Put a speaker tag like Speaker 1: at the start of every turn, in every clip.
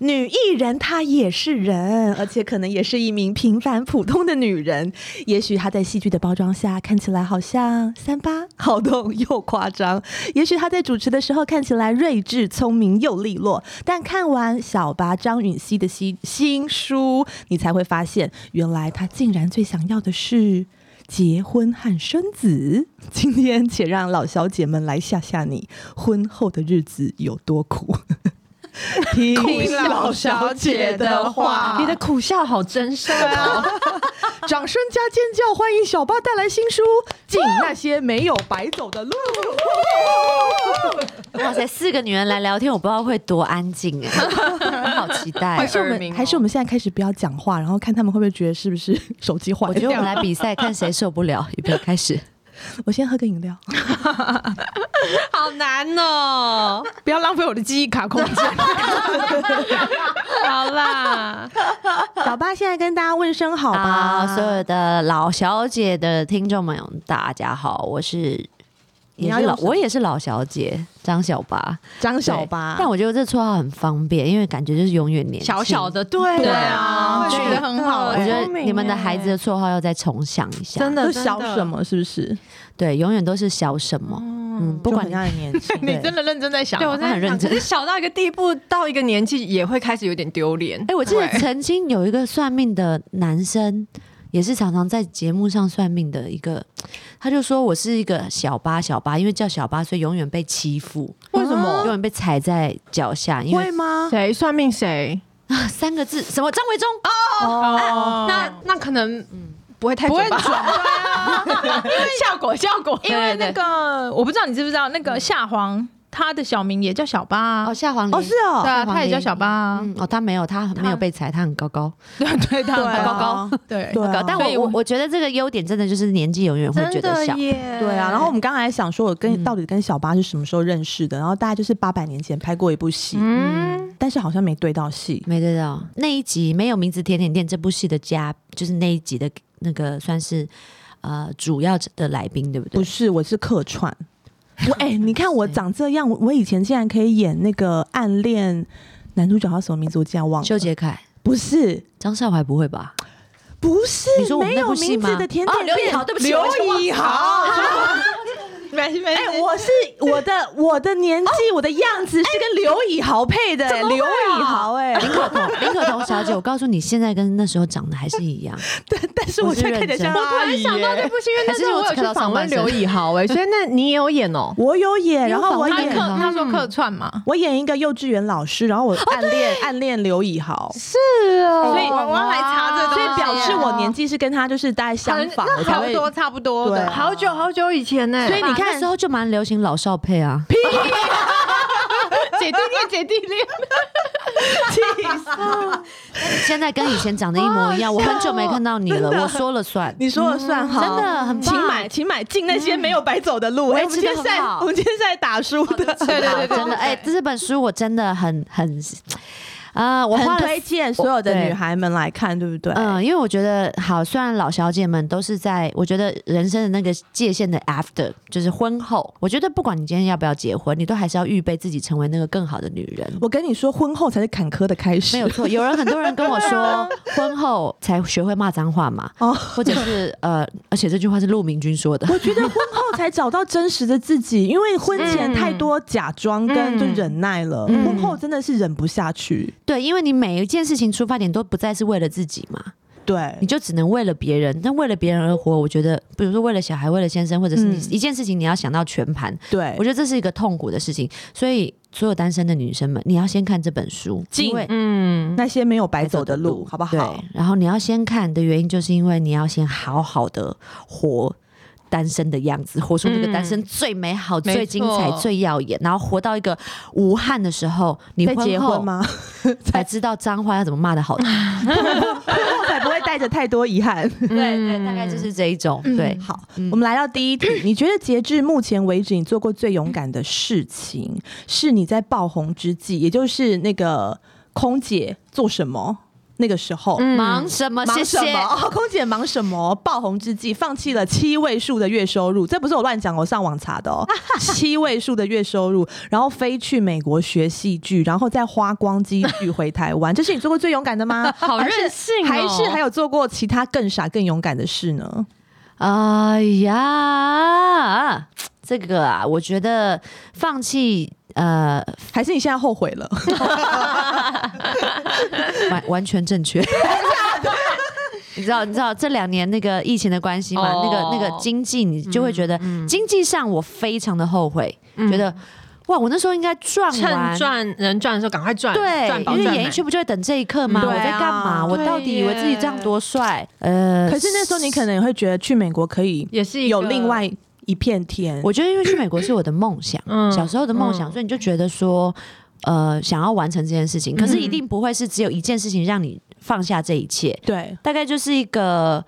Speaker 1: 女艺人她也是人，而且可能也是一名平凡普通的女人。也许她在戏剧的包装下看起来好像三八、好动又夸张；也许她在主持的时候看起来睿智、聪明又利落。但看完小八张允熙的新新书，你才会发现，原来她竟然最想要的是。结婚和生子。今天且让老小姐们来吓吓你，婚后的日子有多苦。听
Speaker 2: 老小姐的话
Speaker 1: 啊
Speaker 3: 你的苦笑好真实啊！
Speaker 1: 掌声加尖叫，欢迎小八带来新书《敬那些没有白走的路》。
Speaker 3: 哇塞，四个女人来聊天，我不知道会多安静哎，我好期待啊
Speaker 1: 还。是我
Speaker 2: 耳鸣
Speaker 1: 们
Speaker 2: 哦
Speaker 1: 还是我们现在开始不要讲话，然后看他们会不会觉得是不是手机坏
Speaker 3: 我觉得
Speaker 1: 掉
Speaker 3: 我们来比赛，看谁受不了。预备开始，
Speaker 1: 我先喝个饮料。
Speaker 2: 好难 哦！
Speaker 4: 不要浪费我的记忆卡空间。
Speaker 2: 好啦，
Speaker 1: 小八现在跟大家问声好吧，
Speaker 3: 好，啊
Speaker 2: 啊
Speaker 3: 所有的老小姐的听众们，大家好，我是。
Speaker 1: 你
Speaker 3: 也
Speaker 1: 要
Speaker 3: 是老
Speaker 1: 用，什么
Speaker 3: 我也是老小姐张小八，
Speaker 1: 张小
Speaker 3: 对
Speaker 1: 八，
Speaker 3: 但我觉得这绰号很方便，因为感觉就是永远年轻
Speaker 2: 小小。的，对
Speaker 4: 对
Speaker 2: 啊，
Speaker 4: 啊，
Speaker 3: 对
Speaker 4: 取得很好
Speaker 3: 我
Speaker 4: 哎。
Speaker 3: 觉得
Speaker 2: 聪明
Speaker 3: 你们的
Speaker 2: 耶
Speaker 3: 孩子的绰号要再重想一下，
Speaker 2: 真的
Speaker 1: 都小什？么是不是？
Speaker 3: 对，永远都是小什么，嗯，不
Speaker 1: 就
Speaker 3: 管
Speaker 1: 很
Speaker 3: 你
Speaker 1: 让人年轻，
Speaker 4: 你真的认真在想
Speaker 2: 真的对，我
Speaker 3: 我
Speaker 2: 在
Speaker 3: 很认
Speaker 2: 想
Speaker 3: 真
Speaker 2: 可是小到一个地步，到一个年纪也会开始有点丢脸
Speaker 3: 哎、。我记 得曾经有一个算命的男生，也是常常在节目上算命的一个，他就说我是一个小八小八，因为叫小八，所以永远被欺负，
Speaker 4: 为什么
Speaker 3: 永远被踩在脚下，因
Speaker 1: 会
Speaker 3: 为
Speaker 1: 吗？
Speaker 4: 谁算命谁
Speaker 3: 啊 三个字什么张维忠啊，
Speaker 4: 哦
Speaker 2: 那那可能不会太
Speaker 4: 不会
Speaker 2: 准吧
Speaker 4: 准吧？
Speaker 2: 效果效果，
Speaker 4: 因为那
Speaker 2: 对对对
Speaker 4: 个我不知道你知不知道，那个夏黄他的小名也叫小八啊
Speaker 3: 哦，夏黄
Speaker 1: 哦，
Speaker 3: 玲
Speaker 1: 是哦
Speaker 4: 对，啊，
Speaker 3: 黄
Speaker 4: 他也叫
Speaker 3: 玲
Speaker 4: 小八啊，
Speaker 3: 嗯，哦，他没有，他没有被踩，他很高高，
Speaker 4: 对对，他
Speaker 1: 对啊
Speaker 4: 很高高，
Speaker 1: 高
Speaker 4: 对
Speaker 1: 对啊，
Speaker 3: 但
Speaker 4: 所以
Speaker 3: 我我
Speaker 4: 我
Speaker 3: 我觉得这个优点真的就是年纪永远会觉得小，
Speaker 2: 耶
Speaker 1: 对啊，然后我们刚才想说，我跟
Speaker 3: 嗯
Speaker 1: 到底跟小八是什么时候认识的？然后大概就是八百年前拍过一部戏，
Speaker 2: 嗯，
Speaker 1: 但是好像没对到戏。
Speaker 3: 没得到那一集没有名字甜点店这部戏的家，就是那一集的那个算是呃主要的来宾，对不对？
Speaker 1: 不是，我是客 串。我哎、你看我长这样，我我以前竟然可以演那个暗恋男主角，他什么名字我竟然忘了。
Speaker 3: 修杰楷、
Speaker 1: 不是，
Speaker 3: 张少怀不会吧？
Speaker 1: 不是，
Speaker 3: 你说我们
Speaker 1: 没
Speaker 3: 那
Speaker 1: 有
Speaker 3: 部戏
Speaker 1: 名
Speaker 3: 吗？
Speaker 1: 字的甜
Speaker 3: 哦，
Speaker 1: 点
Speaker 3: 刘以
Speaker 1: 店。
Speaker 3: 豪，对不起，
Speaker 4: 刘
Speaker 3: 我一直忘
Speaker 4: 以豪，没事没事
Speaker 1: 哎、 我是我的我的年
Speaker 3: 哦
Speaker 1: 纪、我的样子
Speaker 3: 哎
Speaker 1: 是跟刘以豪配的、哎刘
Speaker 3: 啊
Speaker 1: 以豪 哎、
Speaker 3: 林可彤，林可彤小姐，我告诉你，现在跟那时候长得还是一样。
Speaker 1: 但 但是
Speaker 3: 我
Speaker 1: 我
Speaker 3: 是
Speaker 1: 现在看起来
Speaker 3: 认真
Speaker 1: 像
Speaker 3: 我
Speaker 4: 突
Speaker 1: 阿
Speaker 4: 然
Speaker 1: 姨
Speaker 4: 想到
Speaker 1: 耶。
Speaker 4: 这部戏，因
Speaker 3: 还
Speaker 4: 为那
Speaker 3: 是
Speaker 4: 时
Speaker 3: 我
Speaker 4: 候我
Speaker 3: 只
Speaker 4: 有
Speaker 3: 看到
Speaker 4: 去访
Speaker 3: 上半
Speaker 4: 问
Speaker 3: 身
Speaker 4: 刘以豪
Speaker 2: 欸
Speaker 4: 哎，所以那你也有演哦
Speaker 1: 我有演，
Speaker 3: 你有
Speaker 1: 然后
Speaker 3: 访
Speaker 1: 我
Speaker 3: 问
Speaker 4: 他
Speaker 3: 过
Speaker 1: 演
Speaker 4: 客
Speaker 3: 吗
Speaker 4: 他说客串嘛，
Speaker 1: 我演一个幼稚园老师，然后
Speaker 3: 哦
Speaker 1: 我暗恋、暗恋刘以豪，
Speaker 4: 是哦所以
Speaker 2: 哇
Speaker 4: 我要来查这个
Speaker 1: 所
Speaker 4: 东西，
Speaker 1: 以表示我年纪是跟他就是大概相仿，我
Speaker 4: 那
Speaker 1: 才
Speaker 4: 好
Speaker 1: 会。
Speaker 4: 多差不多
Speaker 1: 对
Speaker 4: 的，
Speaker 1: 啊
Speaker 2: 好久好久以前呢，
Speaker 3: 所以你看，那时候就蛮流行老少配啊。
Speaker 4: 姐弟 恋姐弟恋，
Speaker 3: 现在跟以前长得一模一样，我很久没看到你了，我说了算。
Speaker 1: 你说了
Speaker 4: 嗯
Speaker 1: 算哈，
Speaker 3: 哦真的很棒
Speaker 1: 请买，请买进那些没有白走的路。哎，我
Speaker 3: 维
Speaker 1: 们
Speaker 3: 持
Speaker 1: 今
Speaker 3: 得
Speaker 1: 天是在
Speaker 3: 很好
Speaker 1: 我们今天是在打书的，
Speaker 4: 哦对 对对对
Speaker 3: 真的，哎，这本书我真的很很，啊，我
Speaker 1: 很
Speaker 3: 花了
Speaker 1: 推荐所有的女孩们来看，对不对？
Speaker 3: 嗯，因为我觉得好，虽然老小姐们都是在，我觉得人生的那个界限的 after，就是婚后，我觉得不管你今天要不要结婚，你都还是要预备自己成为那个更好的女人。
Speaker 1: 我跟你说，婚后才是坎坷的开
Speaker 3: 没有
Speaker 1: 始。
Speaker 3: 错，有人很多人跟我 说，婚后才学会骂脏话嘛，
Speaker 1: 哦
Speaker 3: 或者是呃，而且这句话是陆明君说的，
Speaker 1: 我觉得婚后才找到真实的自己，因为婚前
Speaker 2: 嗯
Speaker 1: 太多假装跟
Speaker 4: 嗯
Speaker 1: 就忍耐了，
Speaker 3: 嗯
Speaker 1: 婚后真的是忍不下去。
Speaker 3: 对，因为你每一件事情出发点都不再是为了自己嘛，
Speaker 1: 对
Speaker 3: 你，就只能为了别人，但为了别人而活，我觉得，比如说为了小孩，为了先生，或者是你
Speaker 1: 嗯
Speaker 3: 一件事情，你要想到全盘，
Speaker 1: 对
Speaker 3: 我，觉得这是一个痛苦的事情，所以所有单身的女生们，你要先看这本书，
Speaker 1: 进
Speaker 3: 因为
Speaker 2: 嗯，
Speaker 1: 那些没有白走的路，好不好
Speaker 3: 对？，然后你要先看的原因，就是因为你要先好好的活单身的样子，活出那个
Speaker 2: 嗯
Speaker 3: 单身最美好、
Speaker 4: 没
Speaker 3: 最精彩、
Speaker 4: 错
Speaker 3: 最耀眼，然后活到一个无憾的时候，你
Speaker 1: 在
Speaker 3: 婚
Speaker 1: 结
Speaker 3: 后
Speaker 1: 婚 吗？
Speaker 3: 才知道脏话要怎么骂的好听。
Speaker 1: 婚后才不会带着太多遗憾。
Speaker 3: 对对，大概就是这一种。对，
Speaker 1: 嗯好，我们来到第一题。你觉得截至目前为止，你做过最勇敢的事情，是你在爆红之际，也就是那个空姐做什么？那个时候。
Speaker 2: 嗯
Speaker 3: 忙什么？
Speaker 1: 忙
Speaker 3: 谢
Speaker 1: 什
Speaker 3: 谢。
Speaker 1: 么？哦，空姐忙什么？爆红之际，放弃了七位数的月收入，这不是我乱讲，我上网查的哦，七位数的月收入，然后飞去美国学戏剧，然后再花光积蓄回台湾，这是你做过最勇敢的吗？
Speaker 4: 好
Speaker 1: 还是
Speaker 4: 任性哦
Speaker 1: 还是还有做过其他更傻、更勇敢的事呢？
Speaker 3: 哎呀，这个啊，我觉得放弃呃，
Speaker 1: 还是你现在后悔了？
Speaker 3: 完完全正确。 你知道，你知道这两年那个疫情的关系嘛？
Speaker 4: 哦
Speaker 3: 那个那个经济，你就会觉得经济上我非常的后悔，觉得哇，我那时候应该赚完
Speaker 2: 趁。赚呃人赚的时候赶快赚，
Speaker 3: 对
Speaker 2: 赚，饱赚
Speaker 3: 因为
Speaker 2: 满
Speaker 3: 演艺圈不就会等这一刻吗？
Speaker 1: 嗯
Speaker 3: 我在
Speaker 1: 对啊
Speaker 3: 干嘛？我
Speaker 2: 对
Speaker 3: 到底以为自己这样多帅？呃，
Speaker 1: 可是那时候你可能也会觉得去美国可以
Speaker 2: 也是一个
Speaker 1: 有另外一片天。
Speaker 3: 我觉得因为去美国是我的梦想，
Speaker 2: 嗯
Speaker 3: 小时候的梦想，
Speaker 2: 嗯
Speaker 3: 所以你就觉得说，呃，想要完成这件事情，可是一定不会是只有一件事情让你放下这一切，
Speaker 1: 对，
Speaker 3: 大概就是一个，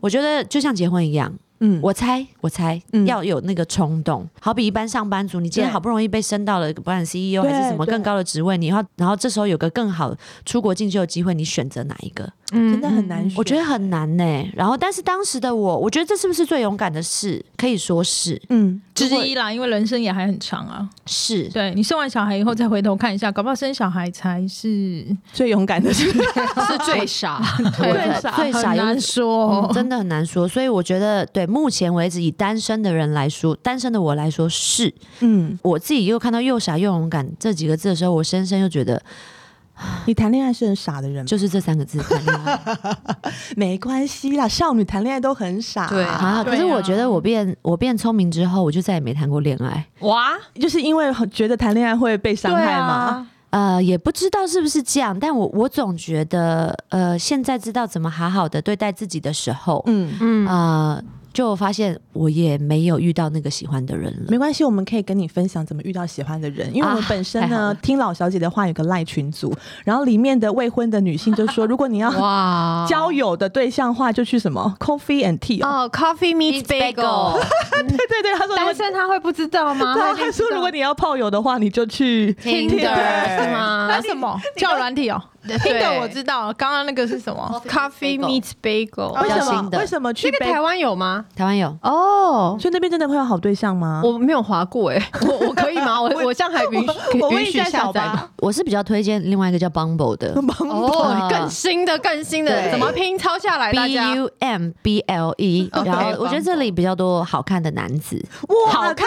Speaker 3: 我觉得就像结婚一样。
Speaker 1: 嗯，
Speaker 3: 我猜，我猜、
Speaker 1: 嗯
Speaker 3: 要有那个冲动，好比一般上班族，你今天
Speaker 1: 对
Speaker 3: 好不容易被升到了不管 CEO
Speaker 1: 对
Speaker 3: 还是什么
Speaker 1: 对
Speaker 3: 更高的职位，你要然后这时候有个更好出国进修的机会，你选择哪一个？
Speaker 2: 嗯
Speaker 1: 真的很难
Speaker 2: 嗯
Speaker 1: 选。
Speaker 3: 我觉得很难呢、然后，但是当时的我，我觉得这是不是最勇敢的事？可以说是
Speaker 1: 嗯，
Speaker 4: 之一啦，因为人生也还很长啊。
Speaker 3: 是，
Speaker 4: 对你生完小孩以后再回头看一下，搞不好生小孩才是
Speaker 1: 最勇敢的是
Speaker 2: 是最傻，
Speaker 3: 对
Speaker 4: 傻，
Speaker 3: 最傻
Speaker 4: 很
Speaker 3: 又
Speaker 4: 难
Speaker 3: 是
Speaker 4: 说
Speaker 3: 嗯
Speaker 4: 哦。
Speaker 3: 真的很难说，所以我觉得，对目前为止，以单身的人来说，单身的我来说，是
Speaker 1: 嗯，
Speaker 3: 我自己又看到“又傻又勇敢”这几个字的时候，我深深又觉得，
Speaker 1: 你谈恋爱是很傻的人吗，
Speaker 3: 就是这三个字谈恋 爱
Speaker 1: 没关系啦，少女谈恋爱都很傻，
Speaker 2: 对
Speaker 3: 啊。可是我觉得我变我变聪明之后，我就再也没谈过恋爱。
Speaker 2: 哇，
Speaker 1: 就是因为觉得谈恋爱会被伤害
Speaker 2: 啊
Speaker 1: 嘛。
Speaker 3: 呃，也不知道是不是这样，但我我总觉得，呃，现在知道怎么好好的对待自己的时候，
Speaker 1: 嗯，
Speaker 2: 嗯
Speaker 3: 呃，就发现我也没有遇到那个喜欢的人了。
Speaker 1: 没关系，我们可以跟你分享怎么遇到喜欢的人，因为我们
Speaker 3: 啊
Speaker 1: 本身
Speaker 3: 太好
Speaker 1: 呢，
Speaker 3: 了
Speaker 1: 听老小姐的话有个赖群组，然后里面的未婚的女性就说，如果你
Speaker 2: 啊
Speaker 1: 要
Speaker 2: 哇
Speaker 1: 交友的对象的话，就去什么 coffee and tea 哦，
Speaker 2: 哦，Coffee meets bagel，
Speaker 1: 对对对，她说如果
Speaker 2: 单身他会不知道吗？
Speaker 1: 对啊，
Speaker 2: 一定
Speaker 1: 他
Speaker 2: 哦知
Speaker 1: 说
Speaker 2: 道
Speaker 1: 如果你要炮友的话，你就去
Speaker 2: Tinder 是吗
Speaker 4: 啊 那什么叫软体哦？ 听的我知道，刚刚那个是什么哦
Speaker 2: Coffee meets bagel，
Speaker 1: 为什
Speaker 3: 比较
Speaker 1: 么
Speaker 3: 新的
Speaker 1: 为什么去
Speaker 2: 这个
Speaker 1: 北
Speaker 2: 台湾有吗？
Speaker 3: 台湾有，
Speaker 2: 哦，
Speaker 1: 所以那边真的会有好对象吗？
Speaker 2: 我没有划过哎， 我我可以吗？我我这样还允许
Speaker 1: 我问
Speaker 2: 允
Speaker 1: 一
Speaker 2: 许
Speaker 1: 下
Speaker 2: 下
Speaker 1: 小
Speaker 2: 载吗？
Speaker 1: 白，
Speaker 3: 我是比较推荐另外一个叫 Bumble 的，
Speaker 2: 哦，
Speaker 3: 啊
Speaker 2: 更新的更新的，
Speaker 1: 对
Speaker 2: 怎么拼抄下来？大
Speaker 3: B
Speaker 2: 家
Speaker 3: U M B L E，
Speaker 2: OK，
Speaker 3: 然后我觉得这里比较多好看的男子，
Speaker 1: 哇，
Speaker 2: 好看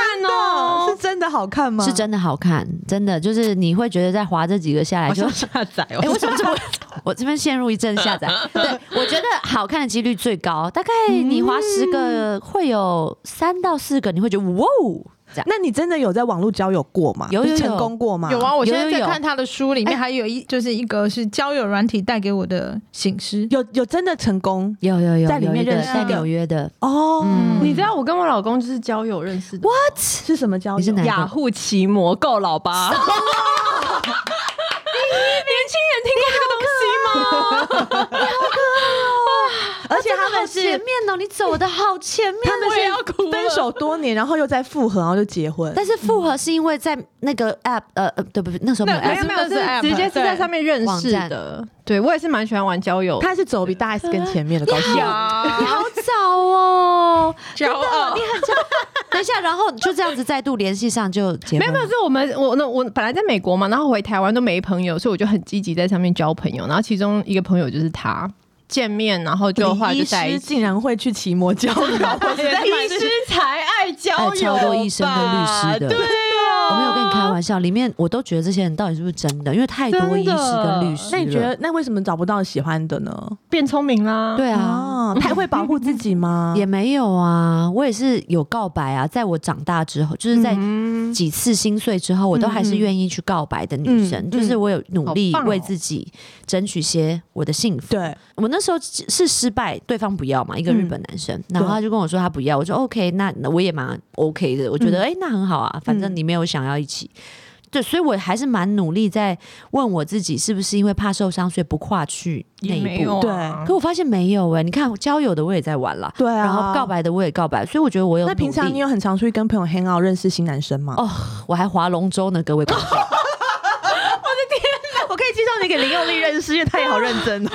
Speaker 1: 真
Speaker 2: 哦
Speaker 1: 的是真的好看吗？
Speaker 3: 是真的好看，真的就是你会觉得在滑这几个下来就，
Speaker 4: 下载
Speaker 3: 哎，为什么这么？我这边陷入一阵下载，对我觉得好看的几率最高，大概你滑十个会有三到四个，你会觉得哇哦，这样
Speaker 1: 那你真的有在网络交友过吗？
Speaker 3: 有有有
Speaker 1: 成功
Speaker 2: 嗯
Speaker 1: 过吗？
Speaker 4: 有啊，我现在
Speaker 3: 有有
Speaker 4: 在
Speaker 3: 有
Speaker 4: 看他的书，里
Speaker 1: 哎
Speaker 4: 面还有一就是一个是交友软体带给我的醒狮。
Speaker 1: 有有真的成功
Speaker 3: 有有有，
Speaker 1: 在里面
Speaker 3: 有一个
Speaker 1: 认识
Speaker 3: 在
Speaker 1: 的
Speaker 3: 纽约的
Speaker 1: 哦。
Speaker 2: 你知道我跟我老公就是交友认识的，
Speaker 1: 是什么交友？
Speaker 3: 你是哪一个
Speaker 2: 雅虎奇摩够老吧？ 年轻人听过这个东西吗？
Speaker 1: 而且他
Speaker 3: 他
Speaker 1: 们
Speaker 3: 们前
Speaker 1: 是
Speaker 3: 面哦，你走的好前面，
Speaker 1: 他们
Speaker 4: 我也要哭
Speaker 1: 是
Speaker 4: 了
Speaker 1: 分手多年，然后又再复合，然后就结婚。
Speaker 3: 但是复合是因为在那个 app，呃呃，对不对？那时候没有
Speaker 4: 那没
Speaker 3: app，
Speaker 4: 有
Speaker 2: 没有，
Speaker 4: 那是
Speaker 2: 是
Speaker 4: app，
Speaker 2: 直接是在上面认识
Speaker 3: 网
Speaker 2: 的。对我也是蛮喜欢玩交友，啊
Speaker 1: 他是走比大 S 跟前面的高兴。
Speaker 3: 你
Speaker 2: 呀，
Speaker 3: 好早哦，
Speaker 4: 骄傲，
Speaker 3: 等一下，然后就这样子再度联系上就结
Speaker 2: 没
Speaker 3: 婚
Speaker 2: 有没
Speaker 3: 了。
Speaker 2: 有，是我们我那我本来在美国嘛，然后回台湾都没朋友，所以我就很积极在上面交朋友。然后其中一个朋友就是他，见面然后就后来
Speaker 1: 医
Speaker 2: 就在一
Speaker 1: 师
Speaker 2: 起。
Speaker 1: 竟然会去骑摩交友，我实在
Speaker 2: 医 师才爱交
Speaker 3: 哎
Speaker 2: 友吧，
Speaker 3: 超多医生跟律师的
Speaker 2: 对啊，
Speaker 3: 我没有跟你开玩笑，里面我都觉得这些人到底是不是真的，因为太多医师跟律师了。
Speaker 1: 那你觉得那为什么找不到喜欢的呢？
Speaker 2: 变聪明啦。
Speaker 3: 对啊？
Speaker 1: 啊，太会保护自己吗？
Speaker 3: 也没有啊，我也是有告白啊，在我长大之后，就是在
Speaker 2: 嗯，
Speaker 3: 几次心碎之后，我都还是愿意去告白的女生，
Speaker 1: 嗯嗯嗯
Speaker 3: 就是我有努力
Speaker 2: 好棒哦
Speaker 3: 为自己争取些我的幸福。
Speaker 1: 对，
Speaker 3: 我那时候是失败，对方不要嘛，一个
Speaker 1: 嗯
Speaker 3: 日本男生，然后他就跟我说他不要，我就 OK，那那我也蛮 OK
Speaker 2: 嗯
Speaker 3: 的，我觉得哎、诶那很好啊，反正你没有想要一起。对，所以我还是蛮努力在问我自己，是不是因为怕受伤，所以不跨去那
Speaker 2: 也没
Speaker 3: 一
Speaker 2: 有
Speaker 3: 步。
Speaker 1: 对
Speaker 2: 啊
Speaker 3: 可我发现没有哎、你看交友的我也在玩啦，
Speaker 1: 对啊
Speaker 3: 然后告白的我也告白，所以我觉得我有
Speaker 1: 那平常
Speaker 3: 努
Speaker 1: 你
Speaker 3: 力
Speaker 1: 有很常出去跟朋友 hang out 认识新男生吗？
Speaker 3: 哦，我还划龙舟呢，各位观众。
Speaker 1: 我可以介绍那个林用力认识，因为太好认真了。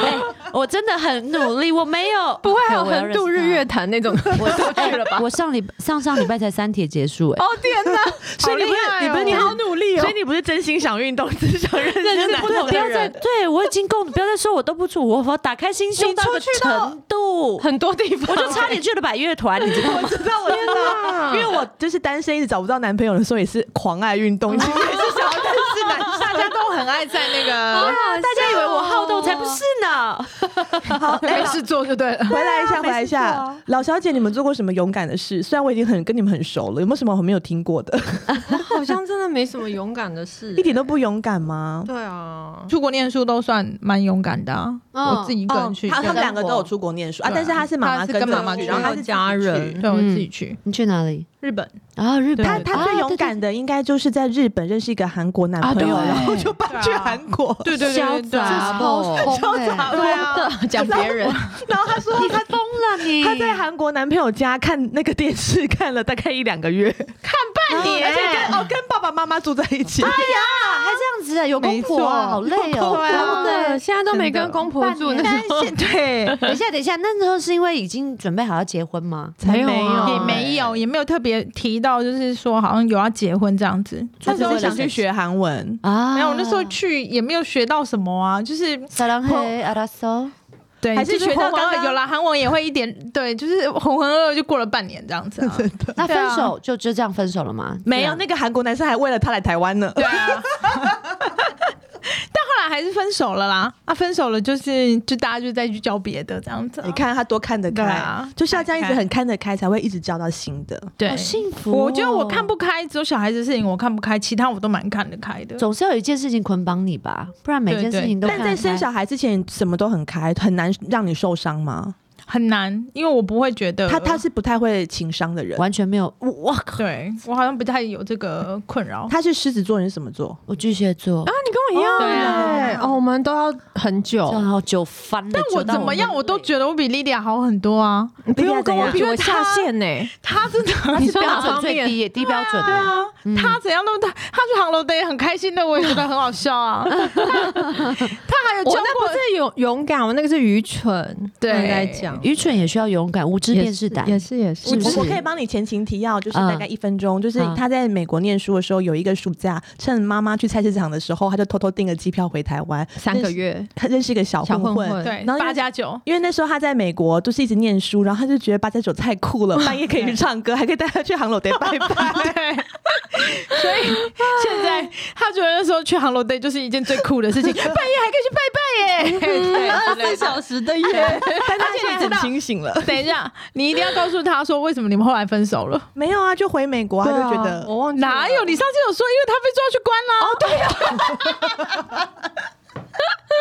Speaker 3: 我真的很努力，我没 有
Speaker 2: 不会还有
Speaker 3: 我要
Speaker 2: 横
Speaker 3: 认
Speaker 2: 渡
Speaker 3: 识他
Speaker 2: 日月潭那种
Speaker 3: 我
Speaker 2: 过去了吧？
Speaker 3: 我上礼上上礼拜才三铁结束、哎、
Speaker 2: 哦天哪，
Speaker 1: 所以你不是
Speaker 2: 好厉
Speaker 1: 你
Speaker 2: 害哦
Speaker 1: 不是你好
Speaker 2: 努力
Speaker 1: 所以你不是真心想运动，只是想 认识
Speaker 2: 认识
Speaker 1: 男
Speaker 2: 不同
Speaker 1: 的
Speaker 2: 的
Speaker 3: 不要
Speaker 1: 人。
Speaker 3: 再对我已经够，不要再说我都不出，我我打开心胸到一个程度，
Speaker 2: 很多地方，
Speaker 3: 我就差点去了百乐团，你知道吗？
Speaker 1: 知道 我知道，
Speaker 2: 哪
Speaker 1: 因为我就是单身，一直找不到男朋友的时候也是狂爱运动，其实也是想要认识男生。
Speaker 4: 大家都很爱在那个
Speaker 3: 大家以为我好动才不是呢，
Speaker 2: 哎
Speaker 4: 没事做就对了。
Speaker 1: 回来一下，回
Speaker 3: 没
Speaker 1: 来一
Speaker 3: 事做
Speaker 1: 下
Speaker 3: 啊，
Speaker 1: 老小姐，你们做过什么勇敢的事？虽然我已经很跟你们很熟了，有没有什么我没有听过的？
Speaker 2: 好像真的没什么勇敢的事
Speaker 1: 一点都不勇敢吗？
Speaker 2: 对啊，
Speaker 4: 出国念书都算蛮勇敢的啊，
Speaker 3: 嗯
Speaker 4: 我自己一个人去，
Speaker 1: 哦他他们
Speaker 4: 对
Speaker 1: 两个都有出国念书啊，
Speaker 4: 对啊
Speaker 1: 但是他是妈妈
Speaker 4: 他是
Speaker 1: 跟
Speaker 4: 跟
Speaker 1: 着
Speaker 4: 妈妈去
Speaker 1: 然后他是
Speaker 2: 然后
Speaker 1: 自己
Speaker 2: 家
Speaker 1: 去
Speaker 2: 人
Speaker 4: 对我自己去
Speaker 3: 你去哪里？
Speaker 4: 日本，
Speaker 3: 啊，日本，
Speaker 1: 他
Speaker 4: 对
Speaker 1: 他最
Speaker 3: 啊
Speaker 1: 勇敢的应该就是在日本认识一个韩国男朋友，
Speaker 2: 啊对
Speaker 1: 然后就搬去韩国。
Speaker 4: 对啊对对对，
Speaker 3: 杂
Speaker 2: 超
Speaker 3: 疯
Speaker 1: 超
Speaker 3: 哎
Speaker 1: 杂
Speaker 2: 对啊，讲别人，
Speaker 1: 然后他说
Speaker 3: 你
Speaker 1: 他
Speaker 3: 疯了你！
Speaker 1: 他在韩国男朋友家看那个电视看了大概一两个月，看半
Speaker 2: 年
Speaker 1: 而且跟哦跟爸爸妈妈住在一
Speaker 3: 啊
Speaker 1: 起。
Speaker 3: 哎还这样子啊，有公婆啊，好累 哦，
Speaker 2: 对
Speaker 3: 真的
Speaker 2: 啊，现在都没跟公婆住，那
Speaker 4: 但
Speaker 2: 时候
Speaker 4: 是对
Speaker 3: 等一下，等一下，那时候是因为已经准备好要结婚吗？
Speaker 1: 才
Speaker 2: 没有啊
Speaker 1: 没有
Speaker 4: 也没有也没有特别提到，就是说好像有要结婚这样子。
Speaker 1: 那时候想去学韩文，
Speaker 3: 啊，
Speaker 4: 没有，我那时候去也没有学到什么啊，就是
Speaker 3: 撒浪 嘿阿拉索，
Speaker 4: 对，
Speaker 1: 还是
Speaker 4: 就是学到
Speaker 1: 红红
Speaker 4: 刚
Speaker 1: 啊
Speaker 4: 刚有啦，韩文也会一点，对，就是浑浑噩噩就过了半年这样 子啊。
Speaker 3: 那分手就就这样分手了吗？
Speaker 1: 没有
Speaker 3: 这样
Speaker 1: 那个韩国男生还为了他来台湾呢。
Speaker 4: 对啊，但后来还是分手了啦。啊，分手了就是就大家就再去交别的这样子啊。
Speaker 1: 你看他多看得
Speaker 4: 对
Speaker 1: 开
Speaker 4: 啊，
Speaker 1: 就像这样一直
Speaker 4: 看得开
Speaker 1: 很看得开，才会一直交到新的。
Speaker 4: 对
Speaker 3: 好，幸福哦。
Speaker 4: 我觉得我看不开，只有小孩子的事情我看不开，其他我都蛮看得开的。
Speaker 3: 总是要有一件事情捆绑你吧，不然每件事情都
Speaker 1: 但在生
Speaker 3: 小
Speaker 1: 小孩之前，什么都很开，很难让你受伤吗？
Speaker 4: 很难，因为我不会觉得
Speaker 1: 他他是不太会情商的人，
Speaker 3: 完全没有哇，
Speaker 4: 对我好像不太有这个困扰。
Speaker 1: 他是狮子座，你是什么座？
Speaker 3: 我巨蟹座
Speaker 2: 啊，你跟我一样
Speaker 4: 对
Speaker 2: 哎，
Speaker 4: 啊
Speaker 2: 哦，我们都要很久，
Speaker 3: 正好久翻了，
Speaker 4: 但我
Speaker 3: 久到
Speaker 4: 怎么样，
Speaker 3: 们
Speaker 4: 我都觉得我比莉莉亚好很多啊。
Speaker 2: 你不用跟我比，
Speaker 4: 因
Speaker 2: 我
Speaker 4: 为
Speaker 2: 下
Speaker 4: 他
Speaker 2: 线呢，
Speaker 4: 她真的，
Speaker 3: 他
Speaker 2: 你
Speaker 3: 是
Speaker 2: 说
Speaker 3: 标
Speaker 2: 哪
Speaker 3: 准
Speaker 2: 方
Speaker 3: 最
Speaker 2: 面
Speaker 3: 低低标准
Speaker 4: 对
Speaker 3: 的，
Speaker 4: 啊，她怎样都她她去航楼灯也很开心的，我也觉得很好笑啊。她还有
Speaker 2: 我
Speaker 4: 教
Speaker 2: 那
Speaker 4: 过
Speaker 2: 不是勇勇敢，我那个是愚蠢，
Speaker 4: 对
Speaker 2: 刚才在讲，
Speaker 3: 愚蠢也需要勇敢，无知
Speaker 2: 也
Speaker 3: 便是胆。
Speaker 2: 也是也是，
Speaker 3: 是不
Speaker 1: 我
Speaker 3: 是
Speaker 1: 我可以帮你前情提要，就是大概一分钟。就是
Speaker 3: 嗯
Speaker 1: 他在美国念书的时候，有一个暑假，趁妈妈去菜市场的时候，他就偷偷订了机票回台湾，
Speaker 2: 三个月
Speaker 1: 他认识一个小
Speaker 2: 小混
Speaker 1: 混
Speaker 2: 混
Speaker 4: 对
Speaker 1: 然后因为
Speaker 4: 八加九，
Speaker 1: 因为那时候他在美国就是一直念书，然后他就觉得八加九太酷了，半夜可以去唱歌，还可以带他去航楼得拜 拜。
Speaker 4: 对，所以现在他觉得那时候去航楼 day 就是一件最酷的事情，半夜还可 以去拜拜耶。
Speaker 2: 二十四小时的月，
Speaker 1: 但他
Speaker 4: 而且
Speaker 1: 现
Speaker 4: 你
Speaker 1: 在
Speaker 4: 知道
Speaker 1: 很清醒了。
Speaker 4: 等一下，你一定要告诉他说为什么你们后来分手了？
Speaker 1: 没有啊，就回美国，他就觉
Speaker 2: 对啊
Speaker 1: 得
Speaker 2: 我忘记了
Speaker 4: 哪有？你上次有说，因为他被抓去关啦。哦，对，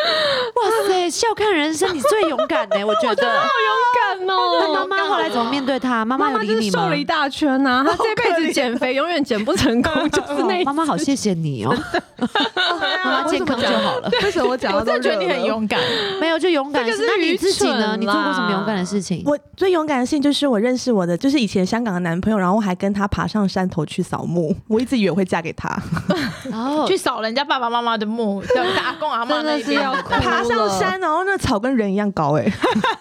Speaker 3: 哇塞，笑看人生，你最勇敢呢，我觉得。
Speaker 2: 好勇敢哦！
Speaker 3: 那妈妈后来怎么面对他？妈
Speaker 2: 妈
Speaker 3: 有
Speaker 2: 妈
Speaker 3: 理
Speaker 2: 就
Speaker 3: 你
Speaker 2: 是瘦
Speaker 3: 吗
Speaker 2: 了？一大圈呐、她这辈子减肥永远减不成功，就是那一
Speaker 3: 妈妈好谢谢你哦，
Speaker 2: 啊
Speaker 3: 妈妈健康就好了。
Speaker 1: 为什么我讲
Speaker 4: 我
Speaker 1: 到都
Speaker 4: 真的觉得
Speaker 1: 热
Speaker 4: 你很
Speaker 1: 了
Speaker 4: 勇敢。
Speaker 3: 没有就勇敢，
Speaker 2: 这个是
Speaker 3: 那你
Speaker 2: 愚
Speaker 3: 自己呢？
Speaker 2: 蠢
Speaker 3: 你做过什么
Speaker 2: 啦
Speaker 3: 勇敢的事情？
Speaker 1: 我最勇敢的事情就是我认识我的，就是以前香港的男朋友，然后我还跟他爬上山头去扫墓。我一直以为我会嫁给他，
Speaker 3: 然后
Speaker 4: 去扫人家爸爸妈妈的墓，对打公阿妈
Speaker 2: 真
Speaker 4: 那
Speaker 2: 的
Speaker 4: 一
Speaker 2: 是
Speaker 4: 边
Speaker 2: 要哭了
Speaker 1: 爬上山，然后那草跟人一样高、欸，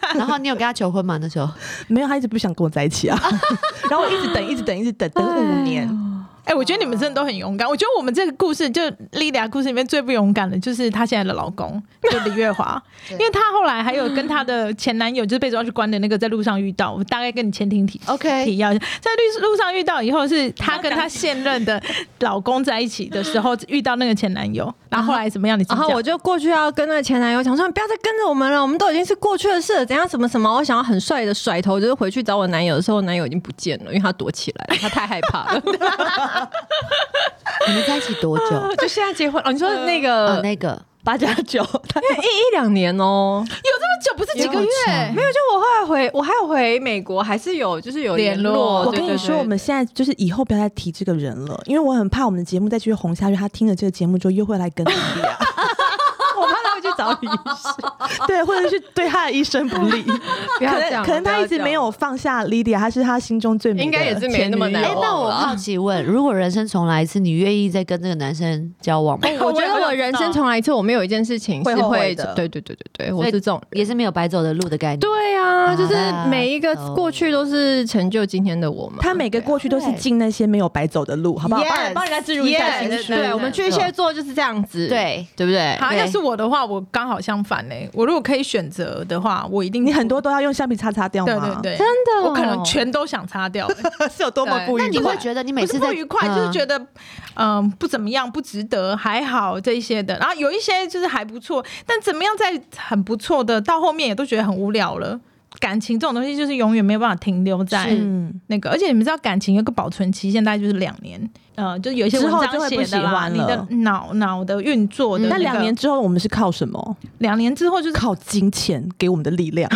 Speaker 1: 哎，
Speaker 3: 然后你有跟他求婚吗？那 时候
Speaker 1: 没有，他一直不想跟我在一起啊。然后我一直等，一直等，一直等，等五年。
Speaker 4: 哎、我觉得你们真的都很勇敢。我觉得我们这个故事，就莉莉亚故事里面最不勇敢的，就是她现在的老公，就李月华，因为她后来还有跟她的前男友，就是被抓去关的那个，在路上遇到。我大概跟你前庭提
Speaker 3: 哦 OK，
Speaker 4: 提要一下，在路路上遇到以后，是她跟她现任的老公在一起的时候遇到那个前男友，然后后来怎么样？你自己
Speaker 2: 然后
Speaker 4: 讲
Speaker 2: 我就过去要跟那个前男友讲说，你不要再跟着我们了，我们都已经是过去的事了，怎样什么什么。我想要很帅的甩头，就是回去找我男友的时候，我男友已经不见了，因为他躲起来了，他太害怕了。
Speaker 3: 你们在一起多久？
Speaker 2: 就现在结 婚哦，你说那 个、
Speaker 3: 哦，那个
Speaker 1: 八加 九，他
Speaker 2: 一一两年哦，
Speaker 4: 有这么久，不是几个
Speaker 3: 有
Speaker 4: 月？
Speaker 3: 长
Speaker 2: 没有，就我后来回，我还有回美国，还是有就是有联
Speaker 4: 联络
Speaker 1: 我
Speaker 2: 对
Speaker 1: 跟你
Speaker 2: 对
Speaker 1: 说，
Speaker 2: 对
Speaker 1: 我们现在就是以后不要再提这个人了，因为我很怕我们的节目再继续红下去，他听了这个节目之后又会来跟你。
Speaker 2: 我怕他会去找医生，
Speaker 1: 对，或者是对他的一生不利。
Speaker 2: 不要
Speaker 1: 可
Speaker 2: 这
Speaker 1: 能
Speaker 2: 样，
Speaker 1: 可能
Speaker 2: 不
Speaker 1: 他
Speaker 2: 要
Speaker 1: 一直
Speaker 2: 这样
Speaker 1: 没有放下 Lydia，她是他心中最美的
Speaker 2: 应该也是没那么
Speaker 1: 前女
Speaker 2: 难
Speaker 1: 友
Speaker 3: 哎、那我好奇问，如果人生重来一次，你愿意再跟这个男生交往吗？
Speaker 2: 我觉得我人生重来一次，我没有一件事情
Speaker 1: 会
Speaker 2: 是
Speaker 1: 后
Speaker 2: 会
Speaker 1: 悔的
Speaker 2: 对对对对对，
Speaker 3: 所
Speaker 2: 我
Speaker 3: 以
Speaker 2: 是这种人。
Speaker 3: 也是没有白走的路的概念。
Speaker 2: 对啊，
Speaker 3: 啊
Speaker 2: 就是每一个
Speaker 3: 哦
Speaker 2: 过去都是成就今天的我们。
Speaker 1: 他每个
Speaker 2: 对啊
Speaker 1: 过去都是进那些没有白走的路，好不好？
Speaker 4: Yes，
Speaker 1: 帮人帮人家植入一下
Speaker 2: Yeah，
Speaker 1: 情
Speaker 2: 对
Speaker 1: 绪。
Speaker 2: 对，我们巨蟹座就是这样子，
Speaker 3: 对
Speaker 2: 对不对？
Speaker 4: 好，
Speaker 3: 对
Speaker 4: 要是我的话，我刚好相反呢、我如果可以选择的话，我一定
Speaker 1: 你很多都要用橡皮擦擦掉
Speaker 4: 对
Speaker 1: 吗？
Speaker 4: 对对，
Speaker 2: 真的哦
Speaker 4: 我可能全都想擦掉、欸，
Speaker 1: 对，是有多么
Speaker 4: 对
Speaker 1: 不
Speaker 3: 那
Speaker 1: 愉
Speaker 3: 你
Speaker 1: 快
Speaker 3: 会？觉得你每
Speaker 4: 不是
Speaker 3: 次
Speaker 4: 不
Speaker 3: 在
Speaker 4: 愉
Speaker 1: 嗯
Speaker 4: 快，就是觉得嗯、不怎么样，不值得，还好这一些的。然后有一些就是还不错，但怎么样在很不错的到后面也都觉得很无聊了。感情这种东西就是永远没有办法停留在
Speaker 3: 是
Speaker 1: 嗯，
Speaker 4: 那个，而且你们知道感情有个保存期限，大概就是两年。呃，就有一些
Speaker 1: 之
Speaker 4: 文
Speaker 1: 后
Speaker 4: 章
Speaker 1: 就会不
Speaker 4: 写的
Speaker 1: 喜
Speaker 4: 啦，
Speaker 1: 欢
Speaker 4: 你的
Speaker 1: 了嗯
Speaker 4: 脑脑的运作的、
Speaker 1: 那两年，之后我们是靠什么？
Speaker 4: 两年之后就是
Speaker 1: 靠金钱给我们的力量。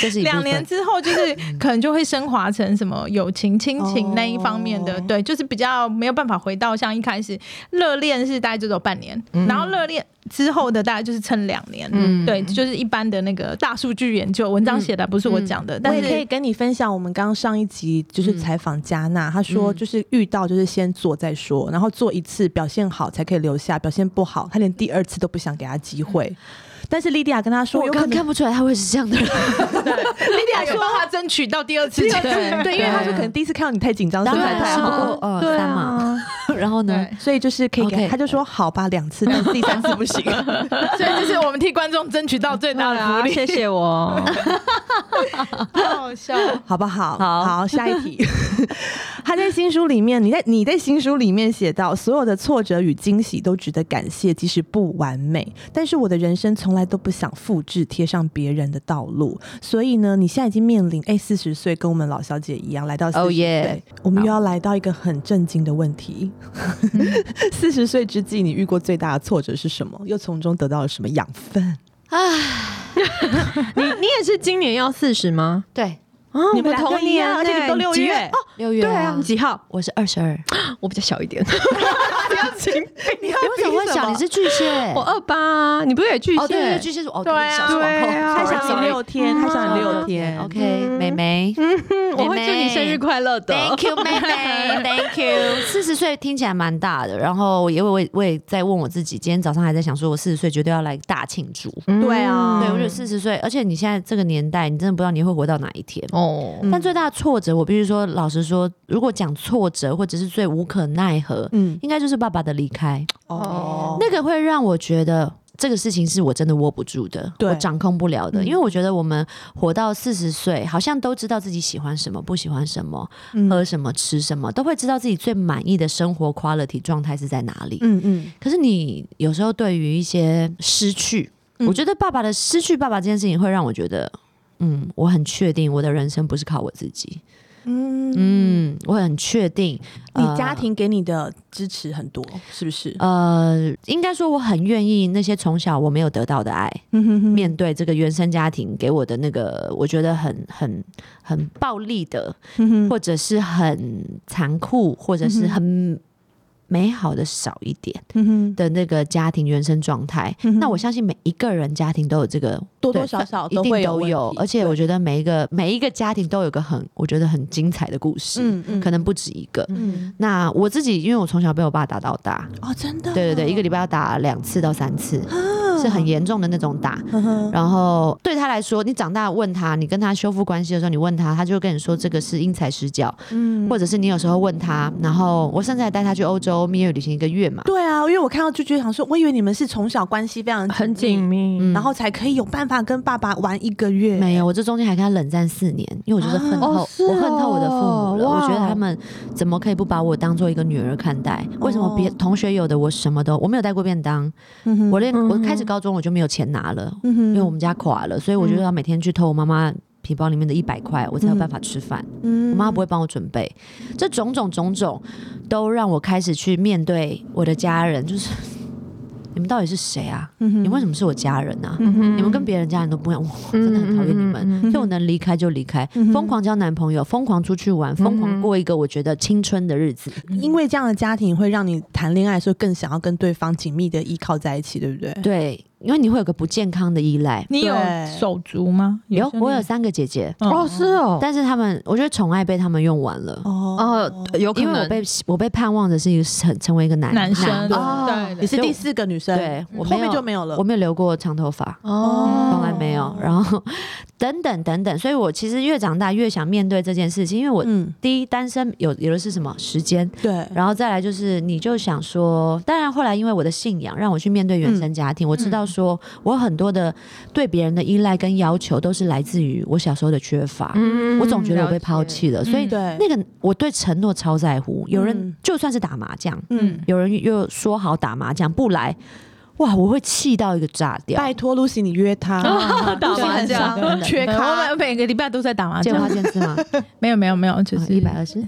Speaker 3: 这是一部
Speaker 4: 两
Speaker 3: 分
Speaker 4: 年之后，就是可能就会升华成什么友情、亲情那一方面的，
Speaker 1: 哦
Speaker 4: 对，就是比较没有办法回到像一开始热恋是大概就走半年，然后热恋之后的大概就是撑两年，
Speaker 2: 嗯
Speaker 4: 对，就是一般的那个大数据研究文章写的不是我讲的，
Speaker 1: 我
Speaker 4: 但
Speaker 1: 也
Speaker 4: 是
Speaker 1: 可以跟你分享，我们刚刚上一集就是采访加纳，她说就是遇到就是先做再说，然后做一次表现好才可以留下，表现不好她连第二次都不想给他机会。但是莉迪亚跟他说，
Speaker 3: 我
Speaker 1: 有可
Speaker 3: 刚
Speaker 1: 能
Speaker 3: 看不出来他会是这样的人，
Speaker 4: 莉莉亚有帮他争取到第二次机会，
Speaker 2: 对
Speaker 1: 对，因为他说可能第一次看到你太紧张，
Speaker 3: 当
Speaker 1: 身
Speaker 3: 然
Speaker 1: 材太
Speaker 3: 是
Speaker 1: 好，
Speaker 3: 不过呃
Speaker 2: 对
Speaker 3: 三嘛，
Speaker 2: 啊，
Speaker 3: 然后呢
Speaker 4: 对，
Speaker 1: 所以就是可以给
Speaker 3: OK
Speaker 1: 他，他就说好吧，两次，但是第三次不行。
Speaker 4: 所以就是我们替观众争取到最大
Speaker 2: 对
Speaker 4: 的福
Speaker 2: 啊，
Speaker 4: 利，
Speaker 2: 谢谢我。
Speaker 4: 好笑。
Speaker 1: 好不好？
Speaker 3: 好
Speaker 1: 下一 题。他在新书里面，你在你在新书里面写到，所有的挫折与惊喜都值得感谢，即使不完美。但是我的人生从来都不想复制贴上别人的道路，所以呢，你现在已经面临哎四十岁，跟我们老小姐一样，来到四十
Speaker 3: Oh
Speaker 1: 岁
Speaker 3: yeah
Speaker 1: 我们又要来到一个很震惊的问题。
Speaker 3: 嗯
Speaker 1: 四十岁之际，你遇过最大的挫折是什么？又从中得到了什么养分？
Speaker 2: 你你也是今年要四十吗？
Speaker 3: 对，
Speaker 2: 啊，
Speaker 1: 你们
Speaker 2: 我
Speaker 1: 两个
Speaker 2: 同
Speaker 1: 一
Speaker 2: 年
Speaker 1: 样
Speaker 2: 欸，
Speaker 1: 而且你们都六
Speaker 2: 几
Speaker 1: 月
Speaker 2: 哦，
Speaker 3: 六月
Speaker 2: 对啊，你几号？
Speaker 3: 我是二十二，
Speaker 2: 我比较小一点，
Speaker 1: 你
Speaker 3: 你为什么会想你是巨蟹？
Speaker 2: 我二八，你不是也巨蟹？
Speaker 3: 哦，对对，对巨蟹座，哦，
Speaker 4: 对啊
Speaker 3: 小时候往后
Speaker 2: 对啊
Speaker 1: 他
Speaker 2: 还
Speaker 1: 想你六天，他想你六天。
Speaker 3: 哦，OK，妹妹。
Speaker 2: 嗯我会祝你生日快乐的。
Speaker 3: Thank you，妹妹，Thank you。四十岁听起来蛮大的，然后因为我也我也在问我自己，今天早上还在想，说我四十岁绝对要来大庆祝。
Speaker 2: 嗯
Speaker 1: 对啊
Speaker 3: 对，我觉得四十岁，而且你现在这个年代，你真的不知道你会活到哪一天。
Speaker 2: 哦，
Speaker 3: 但最大的挫折，我必须说，老实说，如果讲挫折或者是最无可奈何，
Speaker 1: 嗯，
Speaker 3: 应该就是爸爸的离开，
Speaker 1: 哦，
Speaker 3: 那个会让我觉得。这个事情是我真的握不住的，
Speaker 1: 对
Speaker 3: 我掌控不了的，
Speaker 1: 嗯
Speaker 3: 因为我觉得我们活到四十岁，好像都知道自己喜欢什么，不喜欢什么，
Speaker 1: 嗯
Speaker 3: 喝什么，吃什么，都会知道自己最满意的生活 quality 状态是在哪里。
Speaker 1: 嗯嗯，
Speaker 3: 可是你有时候对于一些失去，
Speaker 1: 嗯
Speaker 3: 我觉得爸爸的失去爸爸这件事情会让我觉得，嗯，我很确定我的人生不是靠我自己，
Speaker 1: 嗯嗯，
Speaker 3: 嗯，我很确定
Speaker 1: 你
Speaker 3: 呃
Speaker 1: 家庭给你的支持很多，是不是？
Speaker 3: 呃，应该说我很愿意那些从小我没有得到的爱，
Speaker 1: 嗯
Speaker 3: 面对这个原生家庭给我的那个，我觉得很很很暴力的，
Speaker 1: 嗯
Speaker 3: 或者是很残酷，或者是很美好的少一点
Speaker 1: 嗯
Speaker 3: 的那个家庭原生状态。
Speaker 1: 哼
Speaker 3: 那我相信每一个人家庭都有这个，
Speaker 1: 多
Speaker 3: 对
Speaker 1: 多少少
Speaker 3: 一定
Speaker 1: 会
Speaker 3: 都有，而且我觉得每一个每一个家庭都有个很，我觉得很精彩的故事，
Speaker 1: 嗯嗯
Speaker 3: 可能不止一个。
Speaker 1: 嗯
Speaker 3: 那我自己，因为我从小被我爸打到大，
Speaker 1: 哦，真的，
Speaker 3: 对对对，一个礼拜要打两次到三次，
Speaker 1: 啊
Speaker 3: 是很严重的那种打。
Speaker 1: 嗯
Speaker 3: 然后对他来说，你长大问他，你跟他修复关系的时候，你问他，他就跟你说这个是因材施教，
Speaker 1: 嗯，
Speaker 3: 或者是你有时候问他，然后我甚至还带他去欧洲蜜月旅行一个月嘛。
Speaker 1: 对啊，因为我看到就觉得想说，我以为你们是从小关系非常
Speaker 2: 很紧
Speaker 1: 密，
Speaker 2: 密。
Speaker 3: 嗯
Speaker 1: 然后才可以有办法跟爸爸玩一个月，
Speaker 3: 没有，我这中间还跟他冷战四年，因为我就是恨透，
Speaker 2: 啊哦是哦
Speaker 3: 我恨透我的父母
Speaker 1: 哦
Speaker 3: 了。
Speaker 2: 哇
Speaker 3: 我觉得他们怎么可以不把我当做一个女儿看待？为什么别
Speaker 1: 哦
Speaker 3: 同学有的我什么都我没有带过便当，
Speaker 1: 嗯哼，
Speaker 3: 我连
Speaker 2: 嗯
Speaker 3: 我
Speaker 2: 哼
Speaker 3: 开始高中我就没有钱拿了，
Speaker 1: 嗯
Speaker 3: 因
Speaker 1: 哼，
Speaker 3: 为我们家垮了，所以我就要每天去偷我妈妈皮包里面的一百块，我才有办法吃饭。
Speaker 1: 嗯
Speaker 3: 我妈不会帮我准备，这种种种种都让我开始去面对我的家人，就是你们到底是谁啊？
Speaker 1: 嗯哼
Speaker 3: 你们为什么是我家人啊？
Speaker 2: 嗯哼
Speaker 3: 你们跟别人家人都不一样，我真的很讨厌你们。
Speaker 2: 嗯嗯嗯嗯
Speaker 3: 所以我能离开就离开，
Speaker 1: 嗯哼
Speaker 3: 疯狂交男朋友，疯狂出去玩，疯
Speaker 2: 嗯
Speaker 3: 狂过一个我觉得青春的日子。
Speaker 1: 因为这样的家庭会让你谈恋爱的时候更想要跟对方紧密的依靠在一起，对不对？
Speaker 3: 对，因为你会有个不健康的依赖。
Speaker 4: 你有
Speaker 1: 对
Speaker 4: 手足吗？
Speaker 3: 有，
Speaker 4: 兄弟
Speaker 3: 我有三个姐姐，
Speaker 4: 哦
Speaker 2: 是啊哦，
Speaker 3: 但是他们，我觉得宠爱被他们用完了。
Speaker 1: 哦
Speaker 2: 哦，有可
Speaker 3: 因为
Speaker 2: 能
Speaker 3: 我被我被盼望的是一个成成为一个男
Speaker 4: 男生
Speaker 1: 对
Speaker 3: 哦
Speaker 4: 对
Speaker 1: 你
Speaker 4: 对
Speaker 1: 是第四个女生，嗯
Speaker 3: 对我
Speaker 1: 后
Speaker 3: 没
Speaker 1: 面
Speaker 3: 有
Speaker 1: 就没有了
Speaker 3: 我。没有留过长头发，
Speaker 2: 哦，
Speaker 3: 从来没有。然后 等等等等，所以我其实越长大越想面对这件事情，因为我
Speaker 1: 嗯，
Speaker 3: 第一单身有有的是什么时间，
Speaker 1: 对，
Speaker 3: 然后再来就是你就想说，当然后来因为我的信仰让我去面对原
Speaker 1: 嗯
Speaker 3: 生家庭，我知道说我很多的对别人的依赖跟要求都是来自于我小时候的缺乏，
Speaker 2: 嗯
Speaker 3: 我总觉得我被抛， 弃了，所以
Speaker 4: 嗯
Speaker 1: 对，
Speaker 3: 那个我对承诺超在乎。有人
Speaker 1: 嗯
Speaker 3: 就算是打麻将，
Speaker 1: 嗯，
Speaker 3: 有人又说好打麻将不来，哇，我会气到一个炸掉。
Speaker 1: 拜托 Lucy，你约他，
Speaker 4: 打
Speaker 1: 就是
Speaker 4: 麻
Speaker 1: 很
Speaker 4: 将
Speaker 1: 伤缺
Speaker 4: 对我
Speaker 1: 咖。
Speaker 4: 们每个礼拜都在
Speaker 1: 啊
Speaker 4: 打麻
Speaker 3: 见花
Speaker 4: 将，
Speaker 3: 见字吗？
Speaker 4: 没有没有没有，就是
Speaker 3: 啊一百二十，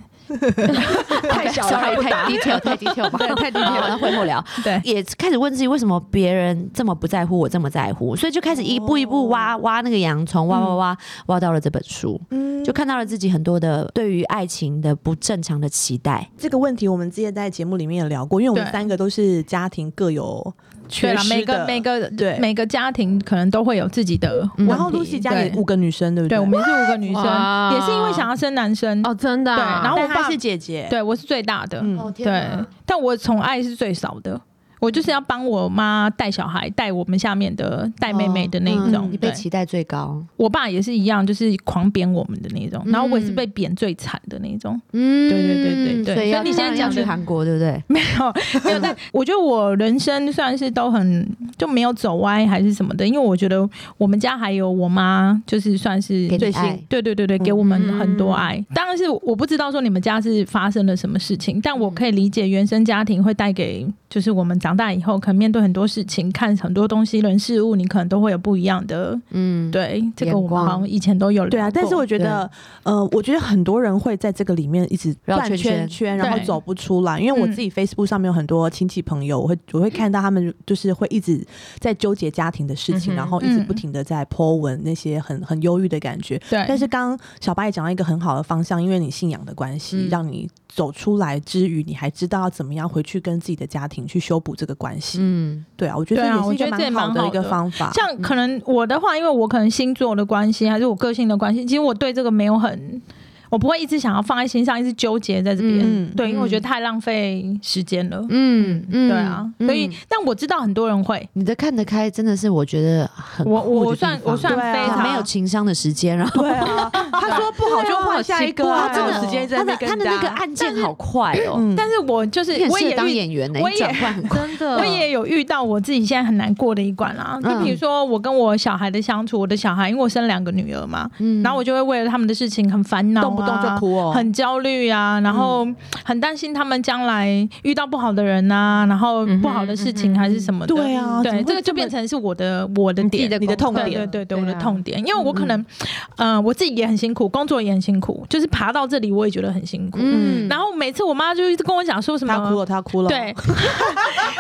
Speaker 2: 太小
Speaker 3: Sorry，
Speaker 2: 了，
Speaker 3: 太 detail 太 detail 吧，
Speaker 4: 对太低
Speaker 3: 好，那
Speaker 4: 调了。
Speaker 3: 会后 聊。
Speaker 4: 对，
Speaker 3: 也开始问自己，为什么别人这么不在乎我，这么在乎？所以就开
Speaker 4: 哦
Speaker 3: 始一步一步挖挖那个洋葱，
Speaker 4: 嗯
Speaker 3: 挖挖挖，挖到了这本书，
Speaker 1: 嗯，
Speaker 3: 就
Speaker 1: 就
Speaker 3: 看到了自己很多的对于爱情的不正常的期待。
Speaker 1: 这个问题，我们之前在节目里面也聊过，因为我们
Speaker 4: 对
Speaker 1: 三个都是家庭各有
Speaker 4: 对
Speaker 1: 缺
Speaker 4: 了，
Speaker 1: 失
Speaker 4: 每个
Speaker 1: 的
Speaker 4: 每个
Speaker 1: 对
Speaker 4: 每个家庭可能都会有自己的
Speaker 3: 嗯
Speaker 1: 然后
Speaker 3: 问
Speaker 1: Lucy
Speaker 3: 题
Speaker 1: 家里
Speaker 4: 对
Speaker 1: 五个女生，对不
Speaker 4: 对，我们是五个女生，
Speaker 2: 哇
Speaker 4: 也是因为想要生男生。
Speaker 2: 哦，真的啊，
Speaker 4: 对然后
Speaker 1: 但
Speaker 4: 我爸
Speaker 1: 她是姐姐，
Speaker 4: 对我是最大的，
Speaker 1: 嗯
Speaker 3: 哦天
Speaker 4: 对
Speaker 3: 哪，
Speaker 4: 但我宠爱是最少的。我就是要帮我妈带小孩，带我们下面的带妹妹的那一
Speaker 3: 嗯
Speaker 4: 种。
Speaker 3: 你
Speaker 4: 对
Speaker 3: 被期待最高，
Speaker 4: 我爸也是一样，就是狂扁我们的那一种，
Speaker 2: 嗯
Speaker 4: 然后我也是被扁最惨的那一种。
Speaker 3: 嗯
Speaker 4: 对对对对对
Speaker 3: 所以要
Speaker 4: 所以你现在
Speaker 3: 要
Speaker 4: 讲的
Speaker 3: 去韩国，对不对？
Speaker 4: 没有，没有。但我觉得我人生算是都很就没有走歪还是什么的，因为我觉得我们家还有我妈，就是算是
Speaker 3: 给你
Speaker 4: 最
Speaker 3: 爱
Speaker 4: 新，对对对对，给我们很多爱。当然是我不知道说你们家是发生了什么事情，但我可以理解原生家庭会带给就是我们长大以后可能面对很多事情、看很多东西、人事物，你可能都会有不一样的。
Speaker 3: 嗯，
Speaker 4: 对，这个我
Speaker 3: 眼
Speaker 4: 们
Speaker 3: 光
Speaker 4: 好像以前都有聊
Speaker 1: 对啊，但是
Speaker 4: 过
Speaker 1: 我觉得，呃，我觉得很多人会在这个里面一直
Speaker 3: 绕
Speaker 1: 转
Speaker 3: 圈
Speaker 1: 圈
Speaker 3: 圈
Speaker 1: 圈，然后
Speaker 4: 对
Speaker 1: 走不出来。因为我
Speaker 4: 嗯
Speaker 1: 自己 Facebook 上面有很多亲戚朋友，我会我会看到他们就是会一直在纠结家庭的事情，
Speaker 2: 嗯哼
Speaker 1: 然后一直
Speaker 4: 嗯
Speaker 1: 不停的在 po 文那些很很忧郁的感觉。
Speaker 4: 对，
Speaker 1: 但是刚刚小八也讲到一个很好的方向，因为你信仰的关系，
Speaker 3: 嗯
Speaker 1: 让你走出来之余，你还知道要怎么样回去跟自己的家庭去修补这个关系。
Speaker 3: 嗯，
Speaker 1: 对啊，我觉得
Speaker 4: 对啊
Speaker 1: 这也是
Speaker 4: 我
Speaker 1: 一
Speaker 4: 觉
Speaker 1: 个
Speaker 4: 得这也
Speaker 1: 蛮好
Speaker 4: 蛮
Speaker 1: 的一
Speaker 4: 好
Speaker 1: 个
Speaker 4: 的
Speaker 1: 方法。
Speaker 4: 像可能我的话，因为我可能星座的关系，还是我个性的关系，其实我对这个没有很，我不会一直想要放在心上，一直纠结在这边。
Speaker 1: 嗯
Speaker 4: 对，因为我
Speaker 3: 嗯
Speaker 4: 觉得太浪费时间了。
Speaker 3: 嗯嗯
Speaker 4: 对啊，所以、
Speaker 3: 嗯
Speaker 4: 但我知道很多人会，
Speaker 3: 你的看得开真的是我觉得很
Speaker 4: 我
Speaker 3: 酷的
Speaker 4: 我
Speaker 3: 地
Speaker 4: 算
Speaker 3: 方
Speaker 4: 我算
Speaker 1: 对啊
Speaker 4: 非常、
Speaker 3: 没有情商的时间，然后
Speaker 1: 对啊，他说不好就换下一个、啊，
Speaker 3: 对啊好奇怪哦
Speaker 1: 没有时间在
Speaker 3: 他
Speaker 1: 那
Speaker 3: 的
Speaker 1: 边跟
Speaker 3: 他的那个
Speaker 1: 大家
Speaker 3: 按键好快哦，
Speaker 1: 嗯，
Speaker 4: 但是我就是
Speaker 3: 你很
Speaker 4: 我
Speaker 3: 适
Speaker 4: 也
Speaker 3: 合当
Speaker 4: 遇
Speaker 3: 演员呢，
Speaker 4: 我
Speaker 3: 你
Speaker 4: 也
Speaker 3: 转换 很 快。
Speaker 2: 真的，
Speaker 4: 我也有遇到我自己现在很难过的一关
Speaker 3: 嗯
Speaker 4: 啦，就比如说我跟我小孩的相处，我的小孩因为我生两个女儿嘛，
Speaker 3: 嗯
Speaker 4: 然后我就会为了他们的事情很烦恼、啊，
Speaker 1: 动不动就哭哦，
Speaker 4: 很焦虑啊，然后很担心他们将来遇到不好的人啊，然后不好的事情还是什么的。
Speaker 1: 对啊，怎么
Speaker 4: 对，
Speaker 1: 会
Speaker 4: 这个就变成是我的我的点，
Speaker 1: 你的痛
Speaker 4: 对对
Speaker 1: 点
Speaker 4: 对对，
Speaker 3: 对啊
Speaker 4: 我的痛点，因为我可能，嗯，我自己也很辛苦，工作也很辛苦，就是爬到这里我也觉得很辛苦。
Speaker 3: 嗯
Speaker 4: 然后每次我妈就一直跟我讲说什
Speaker 1: 他哭
Speaker 4: 么，
Speaker 1: 了，他哭了，
Speaker 4: 对，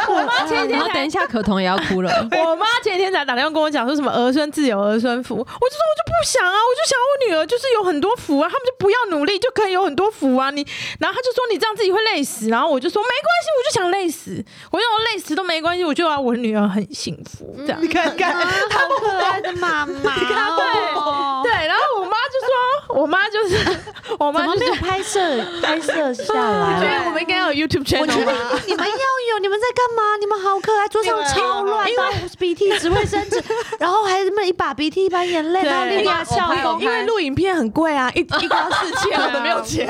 Speaker 4: 我妈前几天
Speaker 2: 然后
Speaker 4: 才
Speaker 2: 等一下，可彤也要哭了。
Speaker 4: 我妈前几天才打电话跟我讲说什么儿孙自有儿孙福，我就说我就不想啊，我就想我女儿就是有很多福啊，他们就不要努力就可以有很多福啊。你，然后她就说你这样自己会累死，然后我就说没关系，我就想累死，我想我累死都没关系，我就要我女儿很幸福
Speaker 3: 嗯
Speaker 4: 这样。
Speaker 1: 你看看，
Speaker 3: 好可爱的妈妈 哦，
Speaker 4: 对，然后我妈就说，我妈就是，我
Speaker 3: 怎
Speaker 4: 妈
Speaker 3: 么
Speaker 4: 就
Speaker 3: 没
Speaker 4: 是
Speaker 3: 有，拍 摄拍摄下来
Speaker 4: 觉
Speaker 3: 了？
Speaker 4: 得我们应该有 YouTube
Speaker 3: 我觉
Speaker 4: channel
Speaker 3: 得
Speaker 4: 吧。
Speaker 3: 你们要有，你们在干嘛？你们好可爱，桌上
Speaker 4: 啊
Speaker 3: 超乱，倒鼻涕、指卫生 纸，然后还这么一把鼻涕一把眼泪，
Speaker 4: 对
Speaker 3: 然后另外笑
Speaker 4: 我
Speaker 3: 容
Speaker 4: 朋。
Speaker 1: 因为录影片很贵啊， 一一个要四千，我都没有钱。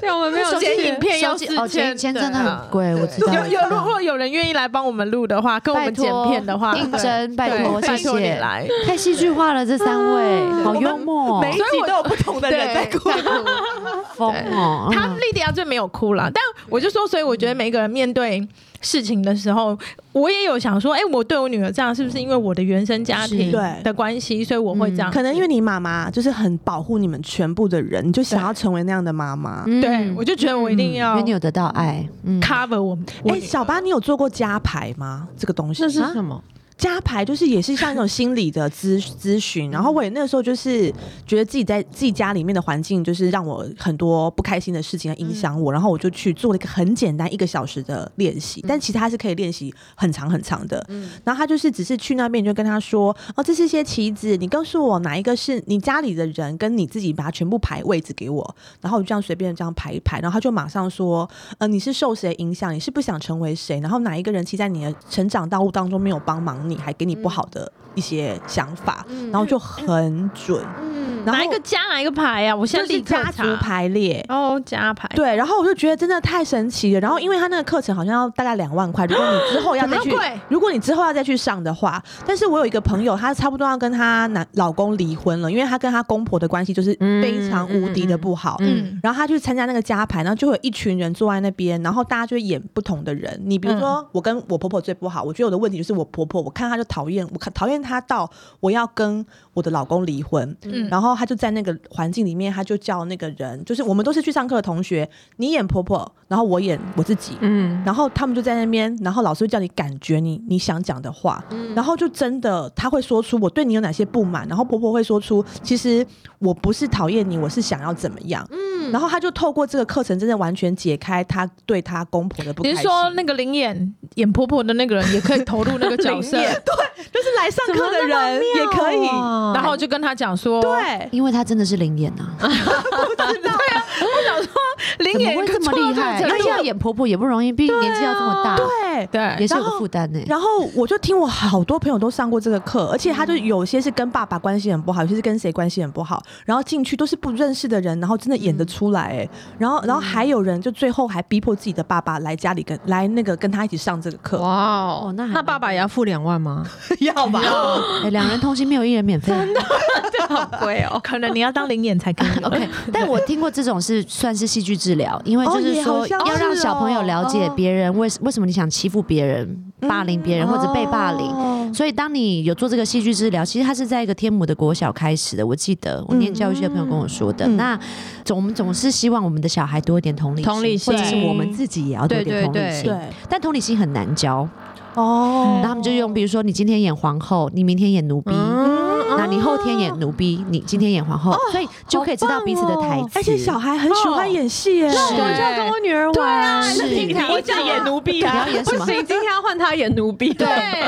Speaker 2: 对，我们没有
Speaker 4: 手机
Speaker 2: 去
Speaker 4: 影片要
Speaker 3: 手机
Speaker 4: 四
Speaker 3: 哦，
Speaker 4: 千
Speaker 3: 钱钱真的
Speaker 4: 对
Speaker 3: 很
Speaker 4: 啊
Speaker 3: 贵，我知道。
Speaker 4: 有
Speaker 3: 我知
Speaker 4: 有，
Speaker 3: 道
Speaker 4: 如果有人愿意来帮我们录的话，跟我
Speaker 3: 拜
Speaker 4: 们剪
Speaker 3: 托
Speaker 4: 片的话，
Speaker 3: 应
Speaker 4: 对
Speaker 3: 征拜
Speaker 4: 对
Speaker 3: 托，谢
Speaker 4: 拜托你
Speaker 3: 谢。
Speaker 4: 来。嗯
Speaker 3: 太戏剧化了，这三位好
Speaker 1: 我们
Speaker 3: 幽默哦，
Speaker 1: 每一集都有不同的人在哭，
Speaker 2: 哭，
Speaker 3: 疯哦，
Speaker 4: 她
Speaker 3: 嗯
Speaker 4: 莉迪亚啊最没有哭了，但我就说，所以我觉得每个人面对事情的时候，我也有想说，哎、我对我女儿这样，是不是因为我的原生家
Speaker 3: 是
Speaker 4: 庭
Speaker 1: 对
Speaker 4: 的关系，所以我会这样？
Speaker 1: 可能因为你妈妈就是很保护你们全部的人，你就想要成为那样的妈妈。
Speaker 3: 嗯
Speaker 4: 对，我就觉得我一定
Speaker 3: 因
Speaker 1: 哦
Speaker 4: 要
Speaker 3: 为你有得到爱，嗯，
Speaker 4: cover 我。我
Speaker 1: 哎、小巴，你有做过家牌吗？这个东西
Speaker 2: 这是
Speaker 3: 啊
Speaker 2: 什么？
Speaker 1: 家牌就是也是像一种心理的咨咨询， 然后我也那个时候就是觉得自己在自己家里面的环境就是让我很多不开心的事情影响我，然后我就去做了一个很简单一个小时的练习，但其实它是可以练习很长很长的。
Speaker 4: 嗯
Speaker 1: 然后他就是只是去那边就跟他说，哦，这是一些棋子，你告诉我哪一个是你家里的人，跟你自己把它全部排位置给我，然后我就这样随便这样排一排，然后他就马上说，呃，你是受谁影响？你是不想成为谁？然后哪一个人其实在你的成长道路当中没有帮忙你，还给你不好的一些想法，然后就很准。
Speaker 3: 嗯
Speaker 1: 然后
Speaker 4: 嗯哪一个加哪一个牌啊呀、我现
Speaker 1: 就
Speaker 4: 在
Speaker 1: 是
Speaker 4: 立刻
Speaker 1: 家
Speaker 4: 查
Speaker 1: 族排列。
Speaker 4: 哦，加牌。
Speaker 1: 对，然后我就觉得真的太神奇了。然后因为他那个课程好像要大概两万块，如果你之后要再去
Speaker 4: 怎么那么贵，
Speaker 1: 如果你之后要再去上的话，但是我有一个朋友，她差不多要跟她男老公离婚了，因为她跟她公婆的关系就是非常无敌的不好。
Speaker 4: 嗯，
Speaker 1: 然后他去参加那个家牌，然后就会有一群人坐在那边，然后大家就会演不同的人。你比如
Speaker 4: 嗯
Speaker 1: 说，我跟我婆婆最不好，我觉得我的问题就是我婆婆，我看她就讨厌，我看讨厌她到我要跟我的老公离婚。
Speaker 4: 嗯
Speaker 1: 然后她就在那个环境里面，她就叫那个人，就是我们都是去上课的同学，你演婆婆，然后我演我自己。
Speaker 2: 嗯，
Speaker 1: 然后他们就在那边，然后老师会叫你感觉你你想讲的话，
Speaker 4: 嗯
Speaker 1: 然后就真的他会说出我对你有哪些不满，然后婆婆会说出其实我不是讨厌你，我是想要怎么样，嗯，然后他就透过这个课程真的完全解开他对他公婆的不开
Speaker 4: 你
Speaker 1: 心，
Speaker 4: 是说那个灵眼演婆婆的那个人也可以投入那个角色
Speaker 1: 灵，眼就是来上课的人也可以，
Speaker 2: 哇
Speaker 4: 然后就跟他讲说，
Speaker 1: 对，
Speaker 3: 因为他真的是灵眼啊，
Speaker 4: 我想说灵
Speaker 3: 怎么
Speaker 4: 眼
Speaker 3: 会这么
Speaker 4: 做到
Speaker 3: 厉害？
Speaker 4: 这
Speaker 3: 因
Speaker 4: 个
Speaker 3: 为
Speaker 4: 程度
Speaker 3: 要演婆婆也不容易，毕竟年纪要这么大，
Speaker 1: 啊对。
Speaker 4: 对
Speaker 3: 也是有
Speaker 1: 然
Speaker 3: 个
Speaker 1: 后
Speaker 3: 负担呢。
Speaker 1: 然后我就听我好多朋友都上过这个课，而且他
Speaker 3: 嗯
Speaker 1: 就有些是跟爸爸关系很不好，有些是跟谁关系很不好，然后进去都是不认识的人，然后真的演
Speaker 3: 嗯
Speaker 1: 得出来、哎，然后然后还有人就最后还逼迫自己的爸爸来家里跟来那个跟他一起上这个课，
Speaker 2: 哇
Speaker 3: 哦
Speaker 2: 哦，
Speaker 3: 那还
Speaker 2: 那爸爸也要付两万吗？
Speaker 1: 要吧？
Speaker 3: 哎，两人同行没有一人免费。
Speaker 4: 贵哦， 可能你要当灵眼才可以。
Speaker 3: OK，但我听过这种是算是戏剧治疗，因为
Speaker 1: 哦
Speaker 3: 就是
Speaker 1: 也好
Speaker 3: 说
Speaker 1: 像
Speaker 3: 要让
Speaker 1: 是
Speaker 3: 小朋友
Speaker 1: 哦
Speaker 3: 了解
Speaker 1: 哦
Speaker 3: 别人为什为什么你想欺负别人、霸凌
Speaker 1: 嗯
Speaker 3: 别人或者被霸凌。
Speaker 1: 哦
Speaker 2: 凌，
Speaker 3: 所以当你有做这个戏剧治疗，其实它是在一个天母的国小开始的，我记得我念教育系的朋友跟我说的。
Speaker 1: 嗯
Speaker 3: 那总我们总是希望我们的小孩多一点同理
Speaker 2: 同理
Speaker 3: 或者是
Speaker 2: 心
Speaker 3: 我们自己也要多一点
Speaker 2: 对对
Speaker 3: 同理
Speaker 2: 对
Speaker 3: 心。
Speaker 1: 对，
Speaker 3: 但同理心很难教，
Speaker 1: 哦
Speaker 3: 然后他们就用，比如说你今天演皇后，你明天演奴婢。
Speaker 2: 嗯哦
Speaker 3: 那你后天演奴婢，你今天演皇后，所以就可以知道彼此的台词。
Speaker 1: 哦
Speaker 2: 哎
Speaker 3: 哦
Speaker 1: 而且小 孩很喜欢演戏欸耶、
Speaker 2: 那我就要跟我女儿玩啊
Speaker 3: 是
Speaker 2: 你
Speaker 3: 你
Speaker 2: 一直
Speaker 4: 演
Speaker 1: 哦
Speaker 4: 奴婢
Speaker 3: 你
Speaker 4: 啊
Speaker 3: 要，演什么
Speaker 2: 不？行，今天要换他演奴婢。
Speaker 3: 对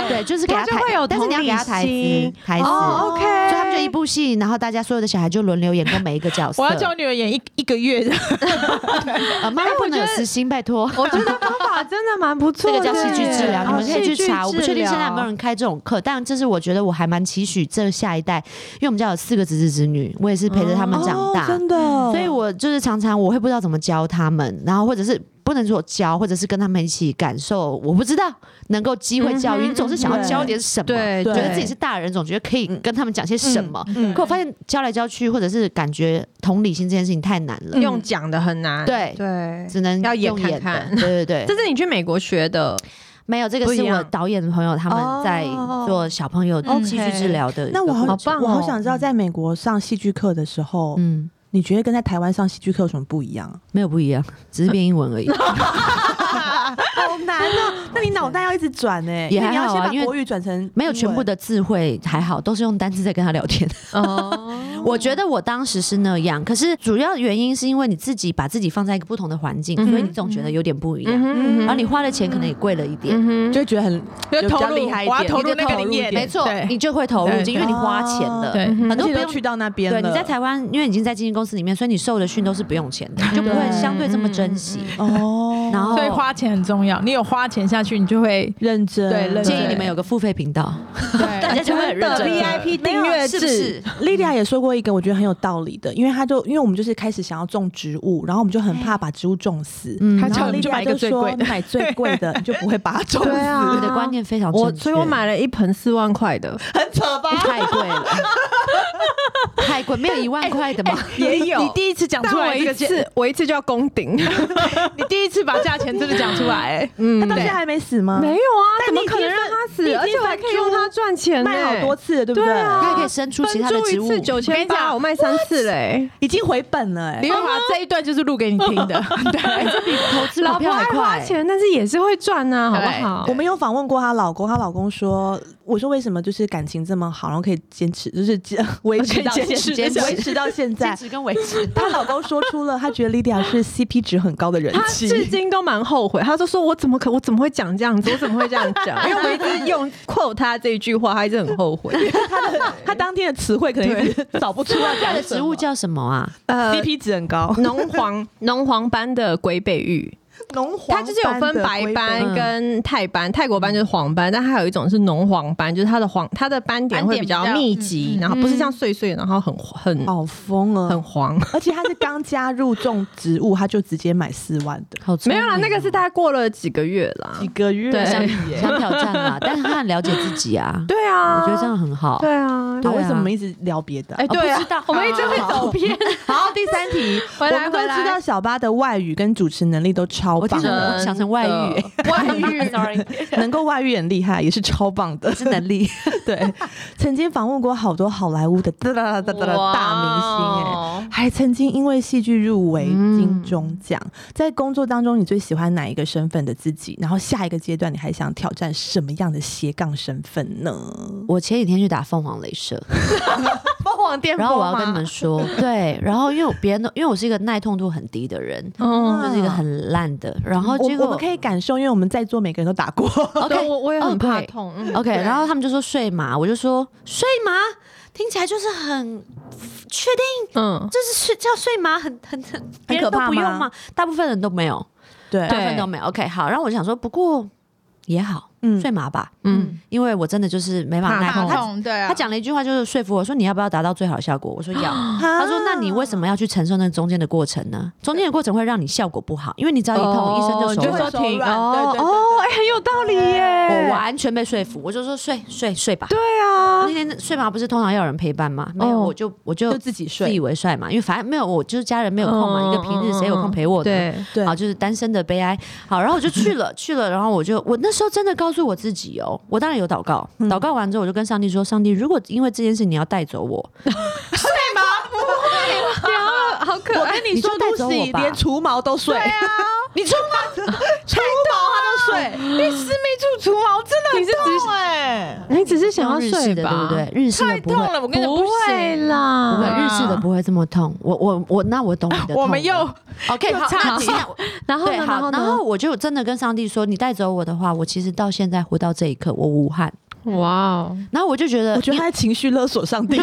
Speaker 3: 对，就是给他
Speaker 2: 他就会
Speaker 3: 台
Speaker 2: 有，
Speaker 3: 但是你要
Speaker 2: 同
Speaker 3: 给他
Speaker 2: 理
Speaker 3: 台词
Speaker 2: 心
Speaker 3: 台词。
Speaker 2: 哦
Speaker 3: 所
Speaker 2: OK
Speaker 3: 以他们就一部戏，然后大家所有的小孩就轮流演过每一个角色。
Speaker 4: 我要叫我女儿演一一个月的，
Speaker 3: 呃妈妈不能有私心，拜托。
Speaker 2: 我觉得方
Speaker 1: 啊
Speaker 2: 法真的蛮不
Speaker 3: 这
Speaker 2: 错的
Speaker 3: 个
Speaker 2: 耶，
Speaker 3: 叫戏剧治疗，你
Speaker 2: 哦
Speaker 3: 们可以去查。我不确定现在
Speaker 2: 戏剧治
Speaker 3: 有没有。
Speaker 2: 疗
Speaker 3: 人开这种课，但这是我觉得我还蛮期许这下一代，因为我们家有四个侄子侄女，我也是陪着他们长
Speaker 1: 哦
Speaker 3: 大，嗯
Speaker 1: 真的，
Speaker 3: 所以我就是常常我会不知道怎么教他们，然后或者是不能说教，或者是跟他们一起感受，我不知道能够机会教育，
Speaker 2: 嗯哼
Speaker 3: 你总是想要教点什么，
Speaker 2: 对，
Speaker 1: 对
Speaker 3: 觉得自己是大人，总觉得可以跟他们讲些什么。
Speaker 1: 嗯
Speaker 3: 可我发现教来教去，或者是感觉同理心这件事情太难了，
Speaker 1: 嗯
Speaker 2: 用讲的很难，
Speaker 3: 对
Speaker 2: 对，
Speaker 3: 只能
Speaker 2: 要演
Speaker 3: 用演
Speaker 2: 看看
Speaker 3: 的。对对对，
Speaker 2: 这是你去美国学的，
Speaker 3: 没有这个
Speaker 2: 不
Speaker 3: 是
Speaker 2: 一
Speaker 3: 我
Speaker 2: 样
Speaker 3: 导演的朋友他们在
Speaker 2: 哦
Speaker 3: 做小朋友
Speaker 4: 嗯
Speaker 3: 戏剧治疗的一个
Speaker 1: 那我
Speaker 3: 工
Speaker 1: 好嗯
Speaker 3: 作，
Speaker 2: 好棒哦
Speaker 1: 我好想知道，在美国上戏剧课的时候，
Speaker 3: 嗯，
Speaker 1: 你觉得跟在台湾上戏剧课有什么不一样？啊
Speaker 3: 没有不一样，只是变英文而已。
Speaker 1: 好难啊！那你脑袋要一直转呢、
Speaker 3: 也
Speaker 1: 因为
Speaker 3: 还
Speaker 1: 你要
Speaker 3: 好
Speaker 1: 先
Speaker 3: 啊
Speaker 1: 把
Speaker 3: 因为
Speaker 1: 国语转成
Speaker 3: 没有全部
Speaker 1: 的。
Speaker 3: 的智慧还好，都是用单字在跟他聊天。
Speaker 2: 哦，
Speaker 3: 我觉得我当时是那样，可是主要原因是因为你自己把自己放在一个不同的环境，
Speaker 2: 嗯哼
Speaker 3: 所以你总觉得有点 不一样，
Speaker 2: 嗯
Speaker 3: 然后你花的钱可能也贵了一点。
Speaker 2: 哼
Speaker 1: 就会觉得很
Speaker 4: 就投
Speaker 1: 比较
Speaker 4: 入
Speaker 1: 厉害，一
Speaker 4: 我要
Speaker 1: 点
Speaker 4: 投
Speaker 3: 你就
Speaker 4: 入那个
Speaker 3: 投入
Speaker 4: 灵
Speaker 3: 一
Speaker 4: 眼，
Speaker 3: 点没错，你
Speaker 4: 对
Speaker 3: 就会投入
Speaker 4: 对
Speaker 3: 进去，因为你花钱了，
Speaker 1: 对
Speaker 2: 嗯
Speaker 4: 对，
Speaker 3: 很
Speaker 1: 而
Speaker 3: 多
Speaker 1: 且
Speaker 3: 不
Speaker 1: 都
Speaker 3: 用
Speaker 1: 去。到那边
Speaker 3: 对，
Speaker 1: 了。
Speaker 3: 你在台湾，因为已经在经纪公司里面，所以你受的训都是不用钱的，就不会相对这么珍惜。
Speaker 1: 哦，哦
Speaker 3: 然后
Speaker 4: 所以花钱很重要，你有花钱下去，你就会
Speaker 1: 认真
Speaker 4: 对认真
Speaker 3: 建议你们有个付费频道，大
Speaker 4: 对
Speaker 3: 家就会很认真
Speaker 2: 真的 VIP 订阅
Speaker 3: 是不是
Speaker 2: 制？
Speaker 1: 莉莉娅也说过一个我觉得很有道理的，因为她就因为我们就是开始想要种植物，然后我们就很怕把植物种死，
Speaker 3: 嗯
Speaker 1: 然
Speaker 4: 她叫
Speaker 1: 后
Speaker 4: 我
Speaker 1: 莉
Speaker 4: 们
Speaker 1: 莉
Speaker 4: 就
Speaker 1: 娅
Speaker 4: 买一个
Speaker 1: 就
Speaker 4: 最
Speaker 1: 说
Speaker 4: 贵的
Speaker 1: 买最贵 的，你就不会把它种死，
Speaker 2: 对啊
Speaker 3: 你的观念非常正确
Speaker 2: 我所以，我买了一盆四万块 的，
Speaker 1: 很扯吧？
Speaker 3: 太贵了，太贵，没有一万块的吧？
Speaker 4: 也有。
Speaker 2: 你
Speaker 4: 你第一次讲
Speaker 2: 但
Speaker 4: 出
Speaker 2: 我
Speaker 4: 来这
Speaker 2: 一
Speaker 4: 个价，
Speaker 2: 次我一次就要攻 顶，
Speaker 4: 你第一次把价钱真的讲出来，哎
Speaker 2: 嗯
Speaker 1: 她到现在还没死吗？
Speaker 2: 没有啊，
Speaker 1: 但
Speaker 2: 怎么
Speaker 1: 你已
Speaker 2: 可
Speaker 1: 经
Speaker 2: 能让他
Speaker 1: 你已
Speaker 2: 死？
Speaker 1: 经
Speaker 2: 而且我还可以用它赚钱呢，
Speaker 1: 卖好多次了，对不
Speaker 2: 对啊
Speaker 3: 它还可以生出其 他的
Speaker 2: 分株
Speaker 3: 植物
Speaker 2: 一。次九千八，我卖三次嘞。
Speaker 1: 已经回本了哎、
Speaker 4: 李月华这一段就是录给你听的，对，
Speaker 3: 投资
Speaker 2: 老
Speaker 3: 股
Speaker 2: 婆
Speaker 3: 票
Speaker 2: 爱
Speaker 3: 还
Speaker 2: 花
Speaker 3: 快，
Speaker 2: 钱，但是也是会赚呐，好不好？
Speaker 1: 我们有访问过她老公，她老公说：“我说为什么就是感情这么好，然后可以坚持，就是坚维持到现
Speaker 3: 坚持
Speaker 1: 在
Speaker 3: 坚持
Speaker 1: 维持到现在。
Speaker 3: 持跟维持”。
Speaker 1: 她老公说出了，他觉得 Lydia 是 CP 值很高的人
Speaker 2: 他
Speaker 1: 气，
Speaker 2: 至今都蛮后悔，他就说：“我怎么可，我怎么会讲这样子？我怎么会这样 讲？”因为我一直用 quote 他这一句话，他一直很后 悔。
Speaker 1: 他当天的词汇可能一直找不出来。
Speaker 3: 它的植物叫什么啊？
Speaker 2: 呃，
Speaker 1: CP 值很 高，
Speaker 2: 浓黄浓黄斑的龟背玉，
Speaker 1: 浓黄
Speaker 2: 它就是有分白
Speaker 3: 的
Speaker 2: 斑嗯
Speaker 3: 龟背
Speaker 2: 跟泰斑，泰国斑就是黄斑，但还有一种是浓黄斑，就是它的黄它的斑点会比较
Speaker 4: 斑点
Speaker 2: 密
Speaker 4: 比较
Speaker 3: 嗯
Speaker 2: 集，然后不是像碎碎，然后很很
Speaker 3: 哦
Speaker 1: 好疯
Speaker 2: 很
Speaker 1: 啊！
Speaker 2: 黄。
Speaker 1: 而且他是刚加入种植物，他就直接买四万的，
Speaker 3: 好聪
Speaker 2: 没
Speaker 3: 明
Speaker 2: 有啦，那个是大概过了几个月啦
Speaker 1: 几。个月
Speaker 2: 对
Speaker 1: 而
Speaker 3: 想
Speaker 1: 已耶
Speaker 3: 想挑战啦，但是他很了解自己啊，
Speaker 2: 对啊，
Speaker 3: 我觉得这样很好。
Speaker 2: 对啊。
Speaker 1: 啊
Speaker 3: 对啊
Speaker 1: 为什么我们一直聊别的啊？
Speaker 4: 哦
Speaker 2: 哎，对
Speaker 3: 不
Speaker 2: 啊
Speaker 3: 知道，
Speaker 2: 我们一直会走偏。
Speaker 1: 好，第三 题，
Speaker 2: 回来
Speaker 1: 我们都
Speaker 2: 回来
Speaker 1: 知道小巴的外语跟主持能力都超
Speaker 3: 我听
Speaker 1: 棒
Speaker 3: 成
Speaker 1: 的，
Speaker 3: 我想成外遇，
Speaker 2: 外遇
Speaker 3: ，sorry，
Speaker 1: 能够外语很厉害，也是超棒的。
Speaker 3: 是能力。
Speaker 1: 对，曾经访问过好多好莱坞的哒哒哒哒哒大明星、哎。
Speaker 2: 哎，
Speaker 1: 还曾经因为戏剧入围
Speaker 3: 嗯
Speaker 1: 金钟奖，在工作当中，你最喜欢哪一个身份的自己？然后下一个阶段，你还想挑战什么样的斜杠身份呢？
Speaker 3: 我前几天去打凤凰镭 射，
Speaker 2: 凤凰电
Speaker 3: 然后我要跟你们 说，对，然后因为我别人都因为我是一个耐痛度很低的人，
Speaker 2: 嗯，
Speaker 3: 就是一个很烂的，然后
Speaker 1: 我
Speaker 3: 结
Speaker 1: 我
Speaker 3: 果
Speaker 1: 们可以感受，因为我们在座每个人都打过。
Speaker 3: OK， 哦
Speaker 2: 对我我也很怕
Speaker 3: 对
Speaker 2: 痛。嗯
Speaker 3: OK，
Speaker 2: 对
Speaker 3: 然后他们就说睡麻，我就说睡麻，听起来就是很确定，
Speaker 2: 嗯，
Speaker 3: 就是睡叫睡麻，很很很，别人
Speaker 1: 可
Speaker 3: 都
Speaker 1: 怕
Speaker 3: 不用
Speaker 1: 吗
Speaker 3: 吗？大部分人都没有，
Speaker 1: 对
Speaker 3: 大部分都没有。OK，好，然后我就想说，不过也好，
Speaker 1: 嗯
Speaker 3: 睡麻吧，
Speaker 2: 嗯
Speaker 3: 嗯，因为我真的就是没办法
Speaker 2: 怕
Speaker 3: 耐
Speaker 2: 痛
Speaker 3: 痛。他
Speaker 4: 痛对啊
Speaker 3: 他讲了一句话，就是说服我说你要不要达到最好的效果？我说要。
Speaker 1: 他
Speaker 3: 他说：“那你为什么要去承受那中间的过程呢？中间的过程会让你效果不好，因为你只要一嗯痛，医生就
Speaker 2: 哦
Speaker 3: 手
Speaker 2: 就
Speaker 3: 软
Speaker 2: 说停
Speaker 4: 软对
Speaker 2: 哦
Speaker 4: 对对
Speaker 2: 哦，哎，很有道理耶。
Speaker 3: 哦我完全被说服，我就说睡睡睡吧。对啊，那天睡嘛不是通常要有人陪伴吗？没有，
Speaker 2: 哦
Speaker 3: 我就我就
Speaker 1: 就自己
Speaker 3: 自
Speaker 1: 睡
Speaker 3: 以，为帅嘛，因为反正没有我就是家人没有空嘛，
Speaker 2: 嗯
Speaker 3: 一个平日谁有空陪我呢？
Speaker 2: 对，
Speaker 1: 对
Speaker 3: 好，就是单身的悲哀。好，然后我就去了去了，然后我就我那时候真的告诉我自己哦，我当然有祷告，祷告完之后我就跟上帝说，上帝，如果因为这件事你要带走我，
Speaker 2: 好可爱。
Speaker 1: 你说
Speaker 3: 你就带走
Speaker 1: Lucy
Speaker 3: 我吧
Speaker 1: 连除毛都睡，
Speaker 4: 你除毛除毛他都睡，你私密处除毛真的很痛哎，
Speaker 2: 你只是想
Speaker 3: 用
Speaker 2: 要
Speaker 3: 日式
Speaker 2: 睡
Speaker 3: 的对
Speaker 2: 吧？
Speaker 3: 不对？日式的
Speaker 4: 太
Speaker 3: 不
Speaker 4: 痛
Speaker 3: 会。”
Speaker 4: 了，我跟你讲
Speaker 2: 不会
Speaker 4: 行。
Speaker 3: 不会
Speaker 2: 啦，
Speaker 3: 日式的不会这么痛，我我我，那我懂你 的痛了。
Speaker 4: 我们又
Speaker 3: OK，
Speaker 4: 又
Speaker 3: 好，
Speaker 4: 岔
Speaker 3: 那
Speaker 4: 题
Speaker 3: 你
Speaker 2: 然
Speaker 3: 那我
Speaker 2: 后
Speaker 3: 对，
Speaker 2: 呢？
Speaker 3: 好，
Speaker 2: 后
Speaker 3: 然后
Speaker 2: 呢？
Speaker 3: 我就真的跟上帝说，你带走我的话，我其实到现在活到这一刻，我无憾。
Speaker 2: 哇哦，
Speaker 3: 然后我就觉得，
Speaker 1: 我觉得
Speaker 3: 因
Speaker 1: 他在情绪勒索 上帝。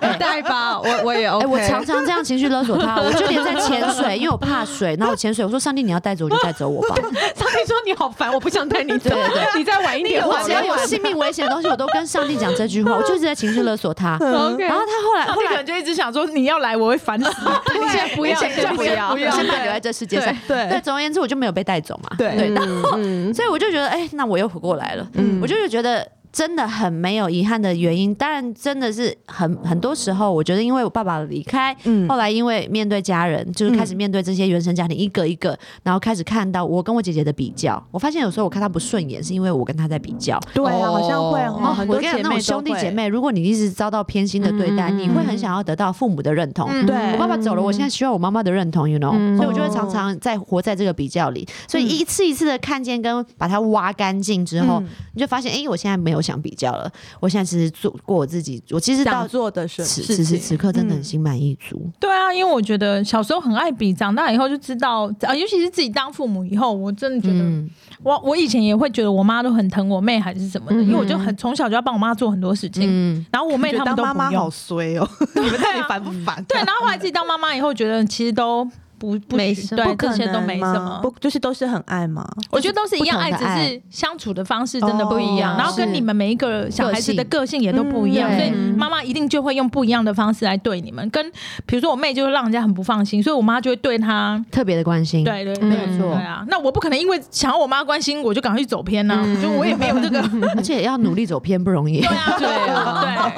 Speaker 2: 你带吧，我我也 OK。
Speaker 3: 哎，我常常这样情绪勒索他，我就连在潜水，因为我怕水，然后我潜水，我说上帝，你要带走我就带走我吧。
Speaker 2: 上帝说你好烦，我不想带 你走，
Speaker 3: 对对
Speaker 2: 你再晚一点，
Speaker 3: 我
Speaker 2: 晚
Speaker 3: 只要
Speaker 2: 点
Speaker 3: 有
Speaker 2: 晚
Speaker 3: 性命危险的东西，我都跟上帝讲这句话，我就一直在情绪勒索 他。
Speaker 2: OK，
Speaker 3: 然后他后来
Speaker 4: 他
Speaker 3: 后
Speaker 4: 可
Speaker 3: 来
Speaker 4: 能就一直想说你要来我会烦死，
Speaker 2: 你先不要，
Speaker 4: 你先
Speaker 2: 先
Speaker 4: 不
Speaker 2: 不
Speaker 4: 要
Speaker 2: 要，
Speaker 4: 不要
Speaker 3: 先把留在这世界上。
Speaker 1: 对
Speaker 3: 对，总而言之，我就没有被带走嘛。
Speaker 1: 对
Speaker 3: 对，然后
Speaker 2: 嗯
Speaker 3: 所以我就觉得，哎、那我又活过来了。
Speaker 2: 嗯
Speaker 3: 我就是觉得真的很没有遗憾的原因，当然真的是很很多时候，我觉得因为我爸爸离开，
Speaker 1: 嗯
Speaker 3: 后来因为面对家人，就是开始面对这些原生家庭一个一个，然后开始看到我跟我姐姐的比较。我发现有时候我看她不顺眼，是因为我跟她在比较。
Speaker 1: 对啊，好像会
Speaker 4: 哦
Speaker 1: 哦，很
Speaker 3: 我
Speaker 1: 多
Speaker 3: 跟你讲，
Speaker 1: 姐
Speaker 3: 那种
Speaker 1: 妹
Speaker 3: 兄弟
Speaker 1: 都会
Speaker 3: 姐，妹，如果你一直遭到偏心的对待，
Speaker 2: 嗯
Speaker 3: 你会很想要得到父母的认同。
Speaker 4: 嗯
Speaker 1: 对
Speaker 3: 我爸爸走了，我现在需要我妈妈的认同，you know，、
Speaker 2: 嗯
Speaker 3: 所以我就会常常在活在这个比较里，所以一次一次的看见跟把它挖干净之后，
Speaker 1: 嗯
Speaker 3: 你就发现，哎、我现在没有想比较了，我现在其实做过我自己，我其实
Speaker 1: 想
Speaker 3: 到
Speaker 1: 做的事
Speaker 3: 此
Speaker 1: 事
Speaker 3: 此时
Speaker 1: 情
Speaker 3: 此刻真的
Speaker 1: 嗯
Speaker 3: 很心满意足，
Speaker 4: 对啊，因为我觉得小时候很爱比，长大以后就知道啊，尤其是自己当父母以后，我真的觉得，
Speaker 3: 嗯，
Speaker 4: 我我以前也会觉得我妈都很疼我妹还是什么的，因为我就很从小就要帮我妈做很多事情，
Speaker 3: 嗯
Speaker 4: 然后我妹
Speaker 1: 觉得
Speaker 4: 她
Speaker 1: 当
Speaker 4: 们都
Speaker 1: 妈妈
Speaker 4: 不
Speaker 1: 好
Speaker 4: 用。
Speaker 1: 衰哦，你们到底烦不烦？
Speaker 4: 对，然后后来自己当妈妈以后，觉得其实都不不
Speaker 2: 没
Speaker 4: 许
Speaker 2: 什么
Speaker 4: 对
Speaker 1: 啊不
Speaker 4: 这
Speaker 1: 可
Speaker 4: 些
Speaker 1: 能
Speaker 4: 都没什
Speaker 1: 吗
Speaker 4: 么。
Speaker 1: 不就是都是很爱吗？
Speaker 4: 我觉得都是一样
Speaker 1: 不
Speaker 4: 爱，
Speaker 1: 同
Speaker 4: 只
Speaker 1: 的爱
Speaker 4: 是相处的方式真的
Speaker 3: 哦
Speaker 4: 不一样，然后跟
Speaker 3: 是
Speaker 4: 你们每一个小孩子的个性也都不一样，
Speaker 2: 个
Speaker 4: 所
Speaker 2: 性
Speaker 4: 以
Speaker 3: 嗯
Speaker 4: 妈妈一定就会用不一样的方式来对你们。跟比如说我妹就会让人家很不放心，所以我妈就会对她，
Speaker 3: 特别的关心，
Speaker 4: 对对
Speaker 3: 嗯
Speaker 4: 对
Speaker 3: 没
Speaker 4: 对
Speaker 3: 有错，
Speaker 4: 啊。那我不可能因为想要我妈关心我就赶快去走偏呐、
Speaker 3: 嗯
Speaker 4: 就我也没有 这个。
Speaker 3: 而且要努力走偏不容易
Speaker 4: 对。啊，对啊，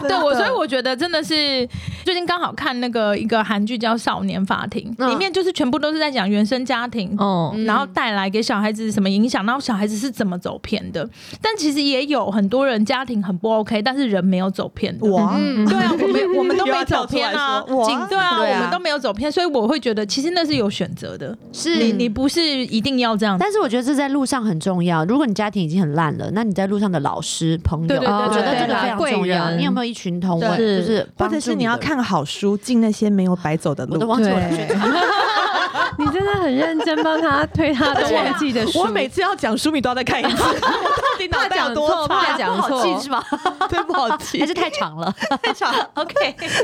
Speaker 4: 对，对我，所以我觉得真的是最近刚好看那个一个韩剧叫《少年法庭》，
Speaker 3: 嗯
Speaker 4: 里面就是全部都是在讲原生家庭，
Speaker 2: 哦，
Speaker 4: 然后带来给小孩子什么影响，然后小孩子是怎么走偏的。但其实也有很多人家庭很不 OK，但是人没有走偏的。
Speaker 1: 我
Speaker 3: 嗯
Speaker 4: 对啊，我们我们 都
Speaker 1: 又
Speaker 4: 没
Speaker 1: 要
Speaker 4: 走
Speaker 1: 跳出
Speaker 4: 偏啊，
Speaker 1: 来说我
Speaker 4: 对啊，
Speaker 3: 对啊
Speaker 4: 我们都没有走偏，所以我会觉得其实那是有选择的，你
Speaker 3: 是，
Speaker 4: 你不是一定要这样子。
Speaker 3: 但是我觉得这在路上很重要。如果你家庭已经很烂了，那你在路上的老师、朋友，
Speaker 4: 对对对
Speaker 3: 我觉得这
Speaker 2: 对
Speaker 3: 个
Speaker 2: 啦
Speaker 3: 非常
Speaker 2: 贵
Speaker 3: 重要。
Speaker 2: 人
Speaker 3: 你有没有一群同
Speaker 2: 对
Speaker 3: 温，就是
Speaker 1: 或
Speaker 3: 帮助
Speaker 1: 者是
Speaker 3: 你
Speaker 1: 你要
Speaker 3: 的
Speaker 1: 看好书，进那些没有白走的
Speaker 3: 人，我都
Speaker 1: 路。
Speaker 3: 忘记我的剧情。
Speaker 2: 你真的很认真帮他推他 都
Speaker 3: 啊
Speaker 2: 忘记的书，
Speaker 1: 我每次要讲书名都要再看一次，我到底脑
Speaker 2: 怕
Speaker 1: 袋有
Speaker 2: 讲
Speaker 1: 多
Speaker 2: 错，
Speaker 1: 差？哎
Speaker 2: 怕讲
Speaker 3: 好记
Speaker 2: 错
Speaker 3: 是，吗？
Speaker 1: 对不 好记，
Speaker 3: 还是太长了？
Speaker 1: 太长？OK，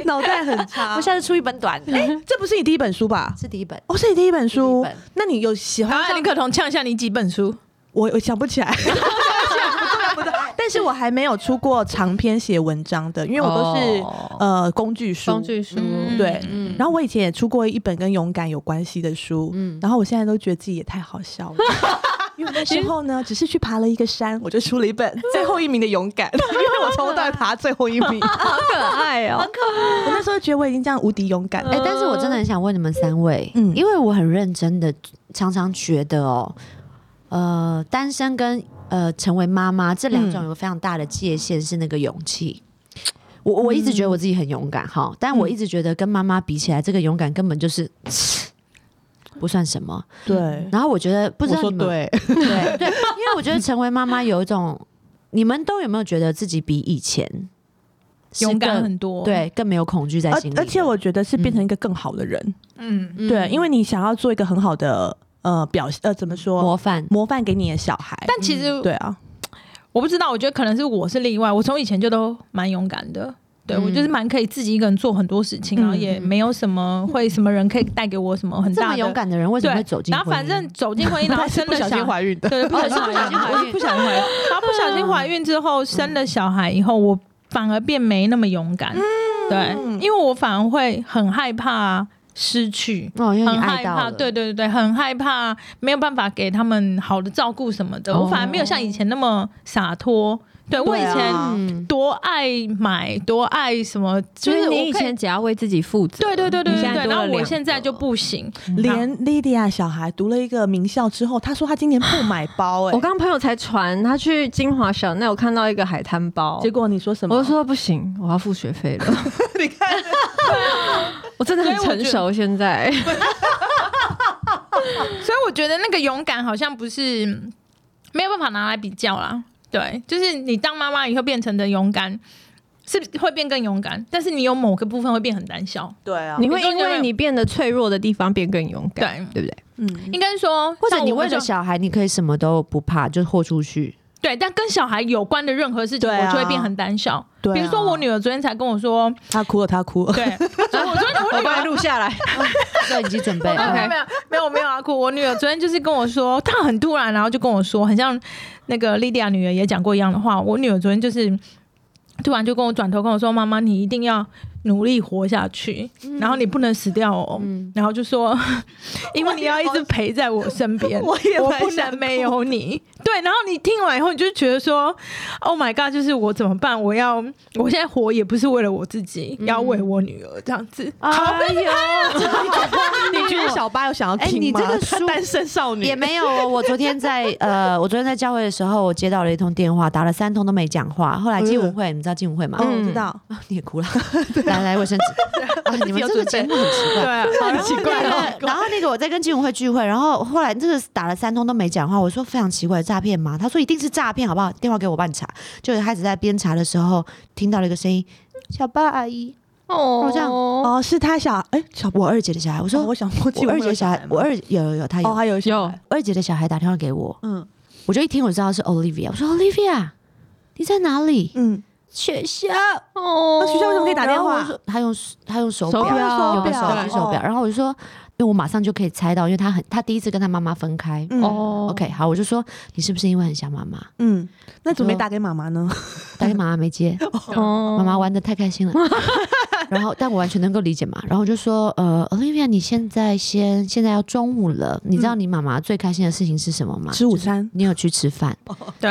Speaker 1: 脑袋很差
Speaker 3: 我。下次出一本短的，
Speaker 2: 嗯
Speaker 1: 这不是你第一本书吧？
Speaker 3: 是第一本。
Speaker 1: 哦，是你第一本书
Speaker 3: 第一本。
Speaker 1: 那你有喜欢
Speaker 4: 好
Speaker 1: 上？
Speaker 4: 啊，林可彤呛一下你几本书？
Speaker 1: 我我想不 起来，不对不对，但是我还没有出过长篇写文章的，因为我都是、
Speaker 2: 哦
Speaker 1: 呃工具书。
Speaker 2: 工具书，
Speaker 4: 嗯
Speaker 1: 对，
Speaker 3: 嗯
Speaker 1: 然后我以前也出过一本跟勇敢有关系的书，
Speaker 3: 嗯
Speaker 1: 然后我现在都觉得自己也太好笑了。因为那时候呢，只是去爬了一个山，我就出了一本最后一名的勇敢，因为我从头到尾爬最后一名。
Speaker 2: 好可爱哦，
Speaker 1: 我那时候觉得我已经这样无敌勇敢了。
Speaker 3: 哎、但是我真的很想问你们三位，
Speaker 1: 嗯
Speaker 3: 因为我很认真的，常常觉得哦，呃，单身跟呃成为妈妈这两
Speaker 2: 嗯
Speaker 3: 种有非常大的界限是那个勇气。我我一直
Speaker 2: 嗯
Speaker 3: 觉得我自己很勇敢哈，但我一直觉得跟妈妈比起来，这个勇敢根本就是不算什么。
Speaker 1: 对，
Speaker 3: 然后我觉得不知道
Speaker 1: 我说
Speaker 3: 你们
Speaker 1: 对，
Speaker 3: 对对，因为我觉得成为妈妈有一种，你们都有没有觉得自己比以前是
Speaker 4: 勇敢
Speaker 3: 更
Speaker 4: 很多，，
Speaker 3: 对更没有恐惧在
Speaker 1: 而
Speaker 3: 心里的？
Speaker 1: 而且我觉得是变成一个更好的人。
Speaker 4: 嗯，
Speaker 3: 嗯
Speaker 1: 对，因为你想要做一个很好的呃表现，呃怎么说
Speaker 3: 模范
Speaker 1: 模范给你的小孩，
Speaker 4: 但其实
Speaker 1: 对啊，
Speaker 4: 我不知道，我觉得可能是我是例外。我从以前就都蛮勇敢的，对、
Speaker 3: 嗯
Speaker 4: 我就是蛮可以自己一个人做很多事情，然后
Speaker 1: 嗯
Speaker 4: 也没有什么会什么人可以带给我什么很
Speaker 3: 这
Speaker 4: 大
Speaker 3: 么
Speaker 4: 的
Speaker 3: 勇。敢的人为什
Speaker 4: 对
Speaker 3: 么会走，进
Speaker 4: 然
Speaker 3: 婚姻？
Speaker 4: 后反正走进婚姻，然 后生
Speaker 1: 不
Speaker 4: 了
Speaker 1: 小心
Speaker 4: 小孩，
Speaker 1: 怀孕的，
Speaker 4: 对，不小心
Speaker 3: 哦是不小心怀孕
Speaker 4: 我是不小心怀孕，然后不小心怀孕之后生了小孩以后，我反而变没那么勇敢，对，因为我反而会很害怕失去。
Speaker 3: 哦，因为你
Speaker 4: 很
Speaker 3: 爱
Speaker 4: 害
Speaker 3: 到
Speaker 4: 怕，
Speaker 3: 了，
Speaker 4: 对对对，很害怕，没有办法给他们好的照顾什么的。
Speaker 3: 哦
Speaker 4: 我反而没有像以前那么洒脱。对我以
Speaker 1: 对啊
Speaker 4: 前
Speaker 3: 嗯，
Speaker 4: 多爱买，多爱什么，
Speaker 2: 就
Speaker 4: 就
Speaker 2: 是是
Speaker 4: 我
Speaker 2: 你以
Speaker 4: 可
Speaker 2: 前只要为自己负责，
Speaker 4: 对对对对
Speaker 2: 你
Speaker 4: 对
Speaker 2: 现在
Speaker 4: 对，
Speaker 2: 多
Speaker 4: 然后
Speaker 2: 了
Speaker 4: 我
Speaker 2: 两
Speaker 4: 现在
Speaker 2: 个
Speaker 4: 就不行，
Speaker 1: 连 Lydia 小孩读了一个名校之后，她说她今年不买包、
Speaker 2: 我
Speaker 1: 哎，
Speaker 2: 刚朋友才传他去金华小奈，我看到一个海滩包，
Speaker 1: 结果你说什么？
Speaker 2: 我就说不行，我要付学费 了。你看， 我真的很成熟，现在
Speaker 4: 所以我觉得那个勇敢好像不是嗯没有办法拿来比较啦。对，就是你当妈妈以后变成的勇敢，是会变更勇敢，但是你有某个部分会变很胆小。
Speaker 1: 对啊
Speaker 2: 你会因为你变得脆弱的地方变更勇敢，对
Speaker 4: 对，
Speaker 2: 不对？
Speaker 1: 嗯，
Speaker 4: 应该说，
Speaker 3: 或者
Speaker 4: 像
Speaker 3: 你
Speaker 4: 我
Speaker 3: 为
Speaker 4: 就
Speaker 3: 了小孩，你可以什么都不怕，就豁出 去。
Speaker 4: 对，但跟小孩有关的任何事情，
Speaker 1: 对啊
Speaker 4: 我就会变很胆小。
Speaker 1: 对啊
Speaker 4: 比如说我女儿昨天才跟我说，
Speaker 1: 她哭了，她哭了，
Speaker 4: 对，啊我昨我昨天我
Speaker 2: 我
Speaker 4: 女儿
Speaker 2: 帮你录下来。
Speaker 3: 对，已经准 备
Speaker 4: 没有没有
Speaker 3: OK，
Speaker 4: 没有没有没有啊哭！我女儿昨天就是跟我说，她很突然，然后就跟我说，很像那个莉迪亚女儿也讲过一样的话。我女儿昨天就是突然就跟我转头跟我说：“妈妈，你一定要努力活下去，
Speaker 1: 嗯
Speaker 4: 然后你不能死掉哦。然后就说，因为你要一直陪在我身 边，
Speaker 1: 我也
Speaker 4: 我
Speaker 1: 蛮
Speaker 4: 不
Speaker 1: 想
Speaker 4: 能没有你。对，然后你听完以后，你就觉得说，Oh my god，就是我怎么办？我要我现在活也不是为了我自己，
Speaker 1: 嗯
Speaker 4: 要为我女儿这样子。
Speaker 1: 啊
Speaker 4: 好
Speaker 3: 哎呦，
Speaker 1: 你觉得小八有想要
Speaker 3: 哎
Speaker 1: 听
Speaker 3: 你
Speaker 1: 吗？
Speaker 3: 这个
Speaker 1: 她
Speaker 3: 书
Speaker 1: 单身少女
Speaker 3: 也没有哦。我昨天在 呃，我昨天在教会的时候，我接到了一通电话，打了三通都没讲话。后来进舞
Speaker 4: 嗯
Speaker 3: 会，你知道进舞会吗？
Speaker 1: 哦，我知道，
Speaker 3: 啊你也哭了， 来来卫生 纸。啊你们这个节目很 奇
Speaker 4: 对
Speaker 3: 怪。
Speaker 4: 啊，
Speaker 1: 很奇怪
Speaker 3: 对啊
Speaker 1: 哦。
Speaker 3: 然后那个我在跟金舞会聚会，然后后来这个打了三通都没讲话，我说非常奇怪，诈骗吗？他说一定是诈骗，好不好？电话给我帮你查。就开始在边查的时候，听到了一个声音，小八阿姨，
Speaker 2: 哦
Speaker 3: 这样
Speaker 1: 哦，是她小哎、小
Speaker 3: 啊我二姐的小孩。我说、
Speaker 1: 哦我想忘记
Speaker 3: 我
Speaker 1: 有
Speaker 3: 二
Speaker 1: 没有
Speaker 3: 姐小孩
Speaker 1: 吗，
Speaker 3: 我二有有有，他有、
Speaker 1: 哦，还有一些
Speaker 2: 有
Speaker 3: 我二姐的小孩打电话给我，
Speaker 1: 嗯
Speaker 3: 我就一听我知道是 Olivia，我说 Olivia，你在哪里？
Speaker 1: 嗯，
Speaker 3: 学校，
Speaker 2: 哦
Speaker 1: 那学校为什么可以打电
Speaker 3: 哦然后我
Speaker 1: 话？
Speaker 3: 说他用他用手
Speaker 2: 手
Speaker 3: 表，
Speaker 2: 表
Speaker 3: 有个
Speaker 2: 手
Speaker 3: 手
Speaker 2: 表
Speaker 3: 有个手表，
Speaker 1: 哦
Speaker 3: 然后我就说，因为我马上就可以猜到，因为他很他第一次跟他妈妈分开。
Speaker 1: 嗯
Speaker 2: 哦
Speaker 3: OK，好，我就说你是不是因为很想 妈妈？
Speaker 1: 嗯，那怎么没
Speaker 3: 说
Speaker 1: 打给妈妈呢？
Speaker 3: 打给妈妈没接，
Speaker 2: 哦
Speaker 3: 妈妈玩的太开心了。 然后，但我完全能够理解嘛。然后我就说，呃，Olivia，你现在先，现在要中午了，你知
Speaker 2: 嗯
Speaker 3: 道你妈妈最开心的事情是什么吗？
Speaker 1: 吃午餐，
Speaker 3: 你有去吃饭，
Speaker 4: 对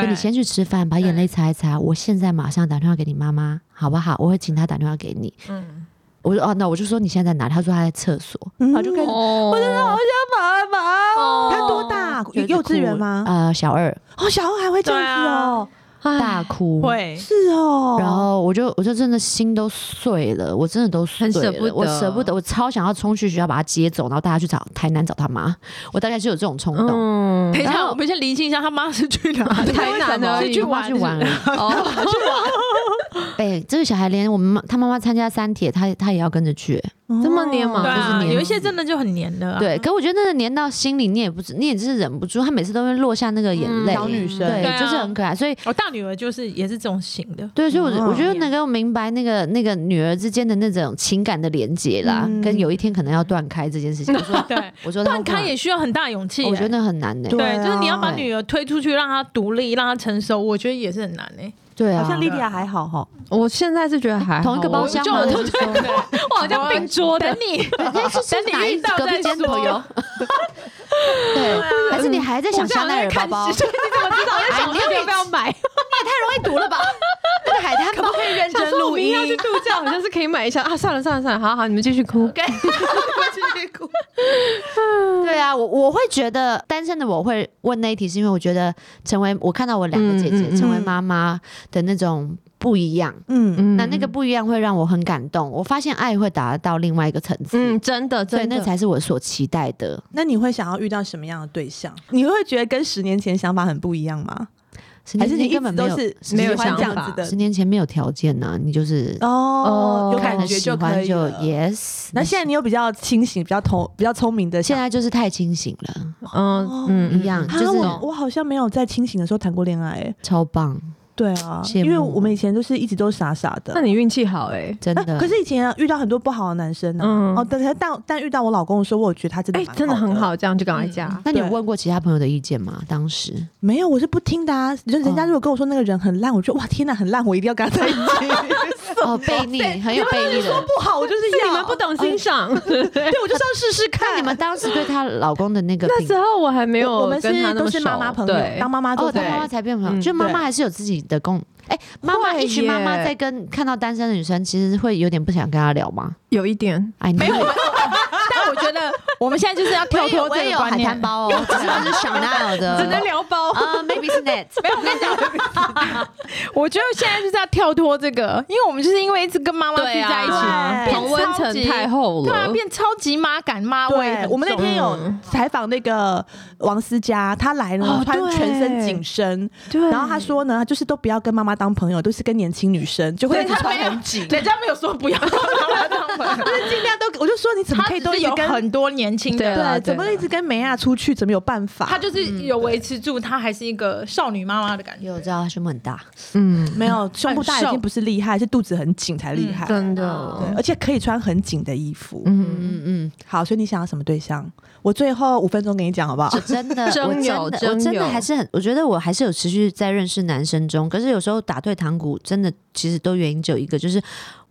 Speaker 3: 所以你先去吃饭，把眼泪擦一擦。我现在马上打电话给你妈妈，好不好？我会请她打电话给你。
Speaker 2: 嗯
Speaker 3: 我说哦，那我就说你现在在哪里？她说她在厕所。
Speaker 1: 嗯
Speaker 3: 好就开始
Speaker 2: 哦，我真的好
Speaker 1: 妈妈
Speaker 2: 哦
Speaker 1: 他多大？幼
Speaker 3: 就一直
Speaker 1: 幼稚园
Speaker 3: 哭
Speaker 1: 吗？
Speaker 2: 啊
Speaker 3: 呃，小二
Speaker 1: 哦，小孩还会这样子哦，
Speaker 2: 想
Speaker 3: 大哭。
Speaker 4: 会
Speaker 1: 是哦。
Speaker 3: 然后我就我就真的心都碎了，我真的都碎
Speaker 2: 很
Speaker 3: 了，
Speaker 2: 舍不得
Speaker 3: 我舍不得，我超想要冲去学校把他接走，然后带他去找台南找他妈，我大概是有这种冲动。
Speaker 2: 嗯
Speaker 4: 等一
Speaker 3: 然
Speaker 4: 下，
Speaker 3: 后
Speaker 4: 我们先厘清一下，他妈是去哪？
Speaker 2: 台南而已
Speaker 4: 去
Speaker 3: 我妈
Speaker 4: 玩
Speaker 3: 去玩了，
Speaker 2: 哦，
Speaker 3: 对，这个小孩连我们妈他妈妈参加三铁，他他也要跟着去。
Speaker 1: 哦
Speaker 2: 这么黏吗
Speaker 4: 对
Speaker 3: 就是
Speaker 4: 啊，
Speaker 3: 黏
Speaker 4: 有一些真的就很黏的啊。
Speaker 3: 对，可我觉得那个黏到心里，你也不知，你也是忍不住，他每次都会落下那个眼
Speaker 2: 嗯
Speaker 3: 泪。
Speaker 1: 小女生
Speaker 3: 对，
Speaker 4: 对啊
Speaker 3: 就是很可爱，所以。
Speaker 4: 我大女儿就是也是这种型的，
Speaker 3: 对，所以我，我
Speaker 1: 嗯
Speaker 3: 觉得能够明白那个那个女儿之间的那种情感的连接啦，
Speaker 1: 嗯
Speaker 3: 跟有一天可能要断开这件事情。我 说，
Speaker 4: 对，
Speaker 3: 我说她
Speaker 4: 断开
Speaker 3: 哇
Speaker 4: 也需要很大勇气欸。
Speaker 3: 我觉得那很难的、
Speaker 1: 对
Speaker 4: 对，就是你要把
Speaker 3: 对
Speaker 4: 女儿推出去，让她独立，让她成熟，我觉得也是很难诶。
Speaker 3: 对啊，
Speaker 1: 好像莉莉亚还好哈，
Speaker 2: 我现在是觉得还
Speaker 3: 同一个包
Speaker 2: 厢，
Speaker 3: 厢
Speaker 4: 就
Speaker 3: 吗？
Speaker 4: 我
Speaker 3: 还
Speaker 4: 都
Speaker 3: 是说
Speaker 4: 我好像病桌的你，
Speaker 3: 哎是是
Speaker 4: 等你
Speaker 3: 哪一
Speaker 4: 遇到
Speaker 3: 隔
Speaker 4: 再
Speaker 3: 壁间的朋友
Speaker 4: 说？
Speaker 3: 对，还是你还在想香奈儿包包？
Speaker 4: 我这样在看你怎么知道我在想
Speaker 3: 哎你
Speaker 4: 要不要买？
Speaker 3: 太容易堵了吧？那个海滩包可以认
Speaker 2: 想说我明天要去度假，好 像是可以买一下啊！算了算了算了，好好，你们继续哭。
Speaker 3: 对啊，我我会觉得单身的我会问那一题，是因为我觉得成为我看到我两个姐姐、
Speaker 2: 嗯嗯嗯
Speaker 3: 成为妈妈的那种不一样，
Speaker 1: 嗯，
Speaker 2: 嗯
Speaker 3: 那那个不一样会让我很感动。我发现爱会达到另外一个层次，
Speaker 2: 嗯，真的
Speaker 3: 所以
Speaker 2: 真的
Speaker 3: 那才是我所期待的。
Speaker 1: 那你会想要遇到什么样的对象？你会觉得跟十年前想法很不一样吗？还是你一
Speaker 3: 根
Speaker 1: 直
Speaker 3: 本没
Speaker 1: 都
Speaker 3: 有
Speaker 1: 是喜
Speaker 3: 十
Speaker 2: 没有
Speaker 1: 欢
Speaker 2: 想
Speaker 1: 这样
Speaker 2: 法
Speaker 1: 子
Speaker 3: 十
Speaker 1: 的？
Speaker 3: 年前没有条件呐、你就是
Speaker 1: 哦
Speaker 2: 哦，
Speaker 1: 有
Speaker 3: 看
Speaker 1: 感
Speaker 3: 了
Speaker 1: 觉
Speaker 3: 喜
Speaker 1: 就可
Speaker 3: 欢
Speaker 1: 以
Speaker 3: 就
Speaker 1: 了
Speaker 3: yes。
Speaker 1: 那现在你又比较清醒，比较头比较聪明的想，
Speaker 3: 现在就是太清醒了，
Speaker 1: 哦
Speaker 2: 嗯嗯
Speaker 3: 一样
Speaker 1: 啊
Speaker 3: 就是
Speaker 1: 我我好像没有在清醒的时候谈过恋爱、欸，
Speaker 3: 超棒，
Speaker 1: 对啊，
Speaker 3: 羡
Speaker 1: 因为
Speaker 3: 慕
Speaker 1: 我们以前都是一直都傻傻的
Speaker 2: 那。你运气好哎
Speaker 3: 真
Speaker 1: 啊
Speaker 3: 的。
Speaker 1: 可是以前啊遇到很多不好的男生呢、
Speaker 2: 嗯
Speaker 1: 哦，但是但但遇到我老公的时候，我觉得他真的
Speaker 2: 哎，
Speaker 1: 蛮
Speaker 2: 真的很
Speaker 1: 的，嗯
Speaker 2: 好，这样就赶快嫁。
Speaker 3: 那你有
Speaker 1: 对
Speaker 3: 问过其他朋友的意见吗？当时
Speaker 1: 没有，我是不听的啊。人人家
Speaker 3: 嗯
Speaker 1: 如果跟我说那个人很烂，我觉得哇天哪，很烂，我一定要跟他在一起。
Speaker 3: 哦，悖逆，很有悖逆的。
Speaker 1: 不好，我就是
Speaker 2: 是
Speaker 1: 要
Speaker 2: 你们不，懂欣赏，
Speaker 1: 对我就是要试试
Speaker 3: 那
Speaker 1: 看。
Speaker 3: 你们当时对她老公的那个
Speaker 2: 那
Speaker 3: 评
Speaker 2: 时候我还没有
Speaker 1: 我我们是
Speaker 2: 跟他那
Speaker 1: 都
Speaker 2: 么
Speaker 1: 是
Speaker 2: 熟
Speaker 1: 妈妈朋友
Speaker 2: 对，
Speaker 1: 当妈妈之后
Speaker 3: 哦，
Speaker 1: 才
Speaker 3: 当
Speaker 2: 对
Speaker 3: 妈妈才变朋
Speaker 2: 嗯
Speaker 3: 友，就妈
Speaker 1: 对
Speaker 3: 妈还是有自己的共。哎，妈妈
Speaker 2: 会
Speaker 3: 一群妈妈
Speaker 2: 耶
Speaker 3: 在跟看到单身的女生，其实会有点不想跟她聊吗？
Speaker 2: 有一点
Speaker 3: 哎，没有，
Speaker 4: 但我觉得 我们现在就是要跳脱
Speaker 3: 我
Speaker 4: 这
Speaker 3: 也
Speaker 4: 个
Speaker 3: 有海
Speaker 4: 观
Speaker 3: 滩
Speaker 4: 念。
Speaker 3: 包哦，只是我是 Chanel 的，
Speaker 2: 只 能聊包。
Speaker 3: 啊，maybe 是 net。
Speaker 4: 没有，我跟你讲， 我觉得现在就是要跳脱这个，因为我们就是因为一直跟妈妈聚
Speaker 2: 对
Speaker 4: 在一起，
Speaker 2: 啊，
Speaker 1: 变
Speaker 2: 同温
Speaker 4: 超
Speaker 2: 层
Speaker 4: 级
Speaker 2: 太厚了，
Speaker 4: 对啊，变超级妈感妈味
Speaker 1: 对
Speaker 4: 很，重。
Speaker 1: 我们那天有
Speaker 2: 嗯
Speaker 1: 采访那个王思佳，她来了
Speaker 2: 哦，
Speaker 1: 穿
Speaker 2: 对
Speaker 1: 全身紧身，
Speaker 2: 对
Speaker 1: 然后她说呢，就是都不要跟妈妈当朋友，都是跟年轻女生，就会一直穿很紧。
Speaker 4: 人家没有说不要跟妈妈当朋友，
Speaker 1: 就是尽量都，我就说你怎么
Speaker 4: 他
Speaker 1: 可以
Speaker 4: 只
Speaker 1: 都
Speaker 4: 是
Speaker 1: 一直
Speaker 4: 有
Speaker 1: 跟
Speaker 4: 很多年轻
Speaker 2: 对
Speaker 4: 的，
Speaker 2: 啦
Speaker 1: 对，怎么一直跟梅亚出去，怎么有办法？
Speaker 4: 他就是有维持住，他还是一个少女妈妈的感觉。
Speaker 3: 有，我知道她胸部很大，
Speaker 2: 嗯，
Speaker 1: 没有胸部大已
Speaker 4: 很瘦
Speaker 1: 经不是厉害，是肚子很紧才厉害。
Speaker 2: 真
Speaker 1: 对
Speaker 2: 的，
Speaker 1: 而且可以穿很紧的衣服。
Speaker 2: 嗯，
Speaker 3: 嗯嗯，
Speaker 1: 好，所以你想要什么对象？我最后五分钟给你讲好不好？
Speaker 3: 真的，我
Speaker 2: 真
Speaker 3: 真的，
Speaker 2: 有
Speaker 3: 我
Speaker 2: 真
Speaker 3: 真的
Speaker 2: 有
Speaker 3: 还是很，我觉得我还是有持续在认识男生中，可是有时候打退堂鼓，真的其实都原因只有一个，就是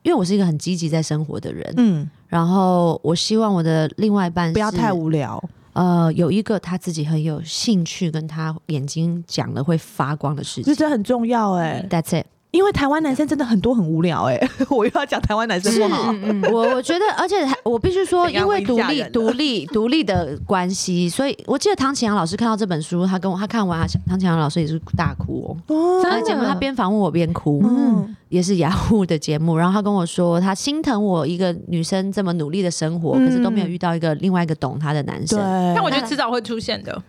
Speaker 3: 因为我是一个很积极在生活的人，
Speaker 1: 嗯，
Speaker 3: 然后我希望我的另外一半
Speaker 1: 不要
Speaker 3: 是
Speaker 1: 太无聊。
Speaker 3: 呃，有一个他自己很有兴趣，跟他眼睛讲了会发光的事
Speaker 1: 我觉得
Speaker 3: 情。
Speaker 1: 这很重要哎、
Speaker 3: That's it。
Speaker 1: 因为台湾男生真的很多很无聊哎、 我又要讲台湾男生不好，
Speaker 2: 嗯嗯，
Speaker 3: 我我觉得，而且还我必须说，
Speaker 1: 怎样
Speaker 3: 因为
Speaker 1: 我已经
Speaker 3: 独
Speaker 1: 嫁
Speaker 3: 立、
Speaker 1: 人了啊
Speaker 3: 独立、独立的关系，所以我记得唐启阳老师看到这本书，他跟我他看完，他唐启阳老师也是大哭哦。
Speaker 1: 哦
Speaker 3: 他的节目，他边访问我边哭，
Speaker 1: 嗯
Speaker 3: 也是雅虎的节目。然后他跟我说，他心疼我一个女生这么努力的生活，
Speaker 1: 嗯
Speaker 3: 可是都没有遇到一个另外一个懂她的男
Speaker 1: 对
Speaker 3: 生。，
Speaker 4: 但我觉得迟早会出现的。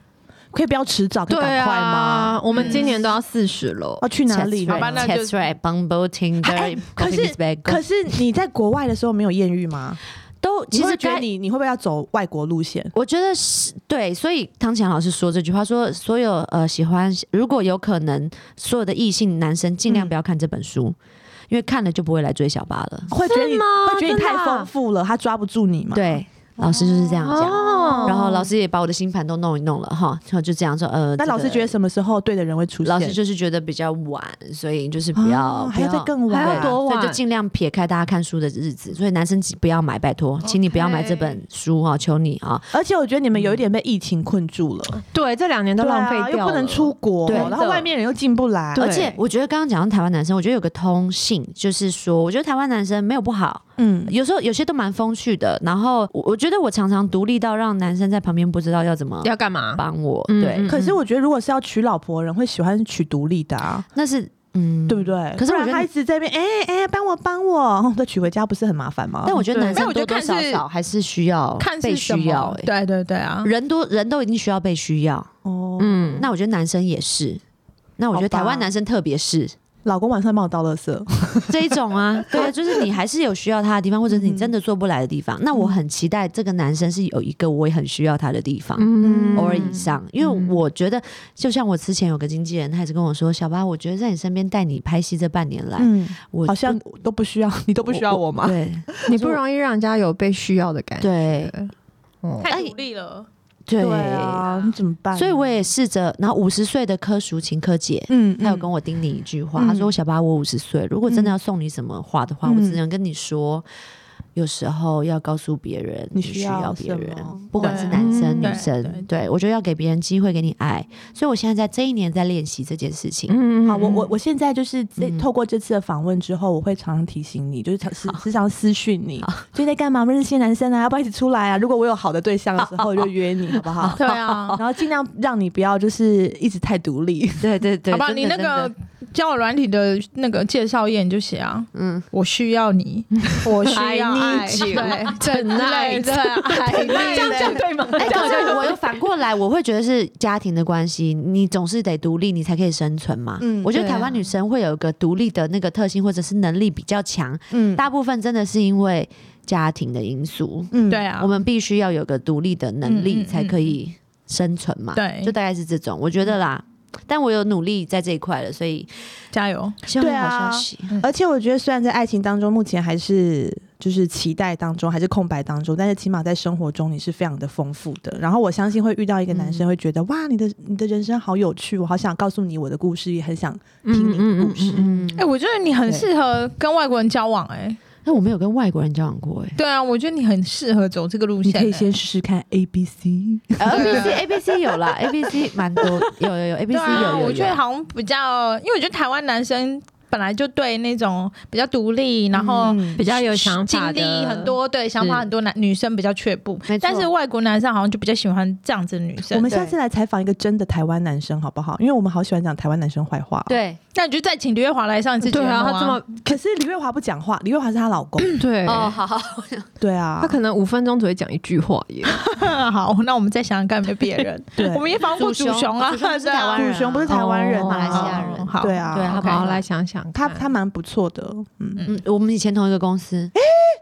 Speaker 1: 可以不要迟早，可以
Speaker 2: 对
Speaker 1: 赶快吗？
Speaker 2: 啊，我们今年都要四十了
Speaker 1: 要、，去哪里呢？
Speaker 4: 好吧那就
Speaker 3: That's right，Bumble
Speaker 1: 哎
Speaker 3: Tinder，
Speaker 1: 可
Speaker 3: Coffee with
Speaker 1: 是
Speaker 3: Bagel
Speaker 1: 可是你在国外的时候没有艳遇吗？
Speaker 3: 都
Speaker 1: 你
Speaker 3: 其
Speaker 1: 会
Speaker 3: 实
Speaker 1: 觉得
Speaker 3: 该。
Speaker 1: 你你会不会要走外国路线？
Speaker 3: 我觉得是对，所以汤强老师说这句话，说所
Speaker 1: 嗯
Speaker 3: 有呃喜欢，如果有可能，所有的异性男生尽量不要看这本书，因为看了就不会来追小八了。
Speaker 1: 会觉得你
Speaker 2: 是吗
Speaker 1: 会觉得你
Speaker 2: 真的
Speaker 1: 太
Speaker 2: 啊
Speaker 1: 丰富了，他抓不住你嘛？，
Speaker 3: 对，老师就是这样讲。
Speaker 2: 哦
Speaker 3: 然后老师也把我的星盘都弄一弄了哈，然后就这样说，呃，
Speaker 1: 但
Speaker 3: 这
Speaker 1: 老师
Speaker 3: 个
Speaker 1: 觉得什么时候对的人会出现？
Speaker 3: 老师就是觉得比较晚，所以就是不要，
Speaker 1: 啊
Speaker 3: 不
Speaker 1: 还要再更晚
Speaker 2: 还要
Speaker 3: 对
Speaker 2: 多晚
Speaker 3: 所以就尽量撇开大家看书的日子。所以男生请不要买，拜托，请你不要买这本书哈，求你啊！
Speaker 1: 而且我觉得你们有一点被疫情困住了，
Speaker 2: 对，这两年嗯都
Speaker 1: 对
Speaker 2: 浪
Speaker 1: 啊
Speaker 2: 费掉了，
Speaker 1: 又不能出国，
Speaker 3: 对
Speaker 1: 然后外面人又进不来，
Speaker 2: 对
Speaker 3: 而且我觉得刚刚讲到台湾男生，我觉得有个通性，就是说，我觉得台湾男生没有不好，
Speaker 1: 嗯，
Speaker 3: 有时候有些都蛮风趣的。然后我我觉得我常常独立到让男生在旁边不知道要怎么
Speaker 2: 要干嘛？
Speaker 3: 帮我，
Speaker 2: 嗯
Speaker 3: 对，
Speaker 2: 嗯
Speaker 1: 可是我觉得，如果是要娶老婆，人会喜欢娶独立的、啊，
Speaker 3: 那是嗯，
Speaker 1: 对不对？
Speaker 3: 可是我
Speaker 1: 不然
Speaker 3: 觉得
Speaker 1: 他一直在那边，哎、哎、帮我帮我，再娶回家不是很麻烦吗？
Speaker 3: 但我觉得
Speaker 4: 对
Speaker 3: 男
Speaker 4: 没有
Speaker 3: 生
Speaker 4: 我觉
Speaker 3: 多
Speaker 4: 得
Speaker 3: 多少
Speaker 4: 看是
Speaker 3: 少还是需要
Speaker 4: 看
Speaker 3: 被
Speaker 4: 是什
Speaker 3: 需
Speaker 4: 么？
Speaker 3: 要、欸，
Speaker 4: 对对对啊，
Speaker 3: 人多人都已经需要被需要，
Speaker 1: 哦，
Speaker 2: 嗯，
Speaker 3: 那我觉得男生也是。那我觉得
Speaker 1: 好吧
Speaker 3: 台湾男生特别是
Speaker 1: 老公晚上帮我倒垃圾，
Speaker 3: 这一 种啊，对啊，就是你还是有需要他的地方，或者
Speaker 1: 嗯
Speaker 3: 你真的做不来的地方。那我很期待这个男生是有一个我也很需要他的地方，
Speaker 2: 嗯
Speaker 3: 偶尔以上。因
Speaker 1: 嗯
Speaker 3: 为我觉得，就像我之前有个经纪人，他也是跟我说：“小巴，我觉得在你身边带你拍戏这半年来，
Speaker 1: 嗯，
Speaker 3: 我
Speaker 1: 好像啊都不需要， 你都不需要我吗？
Speaker 3: 对
Speaker 2: 你不容易让人家有被需要的感 觉。
Speaker 3: 对
Speaker 2: 哦
Speaker 4: 太独立了，
Speaker 3: 对
Speaker 1: 啊，你怎么办？
Speaker 3: 所以我也试着，然后五十岁的柯淑琴柯姐，
Speaker 1: 嗯，嗯
Speaker 3: 他有跟我叮咛一句话，
Speaker 1: 嗯
Speaker 3: 他说：“小巴，我五十岁，如果真的要送你什么话的话，
Speaker 1: 嗯
Speaker 3: 我只能跟你说，有时候要告诉别人
Speaker 1: 你需
Speaker 3: 需
Speaker 1: 要
Speaker 3: 要别人
Speaker 1: 什么，
Speaker 3: 不管
Speaker 4: 对
Speaker 3: 是男生
Speaker 2: 嗯
Speaker 3: 女
Speaker 4: 对
Speaker 3: 生，对我觉得要给别人机会，给你爱。所以我现在在这一年在练习这件事情。
Speaker 2: 嗯
Speaker 1: 好，我我我现在就是这
Speaker 3: 嗯
Speaker 1: 透过这次的访问之后，我会常常提醒你，就是常时时常私讯你，最近在干嘛？我们认识新男生啊，要不要一起出来啊？如果我有好的对象的时候，我就约你，好不好？
Speaker 4: 对啊，
Speaker 1: 然后尽量让你不要就是一直太独立。
Speaker 3: 对对对
Speaker 4: 好吧，
Speaker 3: 真的
Speaker 4: 你那
Speaker 3: 真的
Speaker 4: 个交友软体的那个介绍页你就写啊，嗯，我需要你，我需要
Speaker 2: I
Speaker 4: 爱，
Speaker 2: need you
Speaker 4: 对，对
Speaker 2: Tonight
Speaker 4: 对，I need
Speaker 2: 这样这样
Speaker 4: you
Speaker 2: 对吗？
Speaker 3: 哎，可是我又反过来，我会觉得是家庭的关系，你总是得独立，你才可以生存嘛。
Speaker 1: 嗯
Speaker 3: 我觉得
Speaker 2: 对啊
Speaker 3: 台湾女生会有一个独立的那个特性，或者是能力比较强，
Speaker 1: 嗯
Speaker 3: 大部分真的是因为家庭的因素，
Speaker 1: 嗯
Speaker 4: 对，啊，
Speaker 3: 我们必须要有个独立的能
Speaker 4: 嗯嗯
Speaker 3: 力
Speaker 4: 嗯
Speaker 3: 才可以生存嘛。
Speaker 4: 对
Speaker 3: 就大概是这种，我觉得啦。但我有努力在这一块了，所以
Speaker 4: 加油，
Speaker 3: 希望有
Speaker 1: 对啊
Speaker 3: 好消息。
Speaker 1: 而且我觉得，虽然在爱情当中，目前还是就是期待当中，还是空白当中，但是起码在生活中你是非常的丰富的。然后我相信会遇到一个男生，会觉得、哇，你的你的人生好有趣，我好想告诉你我的故事，也很想
Speaker 2: 哎
Speaker 1: 听你的故事。
Speaker 3: 嗯，
Speaker 4: 哎，我觉得你很适合跟外国人交往，哎，
Speaker 3: 那我没有跟外国人交往过哎
Speaker 4: 对啊，我觉得你很适合走这个路
Speaker 1: 你
Speaker 4: 线，
Speaker 1: 可以
Speaker 4: 哎
Speaker 1: 先试试看 A B C，
Speaker 3: 呃，A B C A B C 有啦，A B C 蛮多，有有有 A B
Speaker 4: 对
Speaker 3: C 有
Speaker 4: 啊，
Speaker 3: 有有。
Speaker 4: 我觉得好像比较，因为我觉得台湾男生本来就对那种比较独立，然后。
Speaker 1: 嗯
Speaker 2: 比较有想
Speaker 4: 经
Speaker 2: 法的，
Speaker 4: 历很多，对想法
Speaker 3: 是
Speaker 4: 很多男女生比较却步
Speaker 3: 没错，
Speaker 4: 但是外国男生好像就比较喜欢这样子的女生。
Speaker 1: 我们
Speaker 3: 对
Speaker 1: 下次来采访一个真的台湾男生好不好？因为我们好喜欢讲台湾男生坏话、，哦
Speaker 3: 对
Speaker 4: 那你就再请李月华来上一次节
Speaker 2: 对
Speaker 4: 目
Speaker 2: 啊，他这么
Speaker 1: 可是李月华不讲话，李月华是她老公。
Speaker 2: 对
Speaker 3: 哦，好好，
Speaker 1: 对啊，。
Speaker 2: 他嗯可能五分钟只会讲一句话耶。
Speaker 4: 好，那我们再想想看有没有别人
Speaker 1: 对
Speaker 4: 我们也访过
Speaker 3: 祖
Speaker 4: 祖
Speaker 3: 雄
Speaker 4: 雄啊，
Speaker 3: 祖雄是
Speaker 4: 对啊
Speaker 3: 台 湾人
Speaker 1: 祖雄不是台湾人、啊
Speaker 2: 哦马来西
Speaker 3: 亚人
Speaker 4: 哦好，
Speaker 1: 对啊，
Speaker 3: 对啊
Speaker 2: 好
Speaker 3: 他
Speaker 2: 不
Speaker 3: 吧
Speaker 2: 好？来想想看，
Speaker 1: 他他蛮不错的，嗯，
Speaker 4: 嗯
Speaker 3: 嗯，我们以前同一个公司，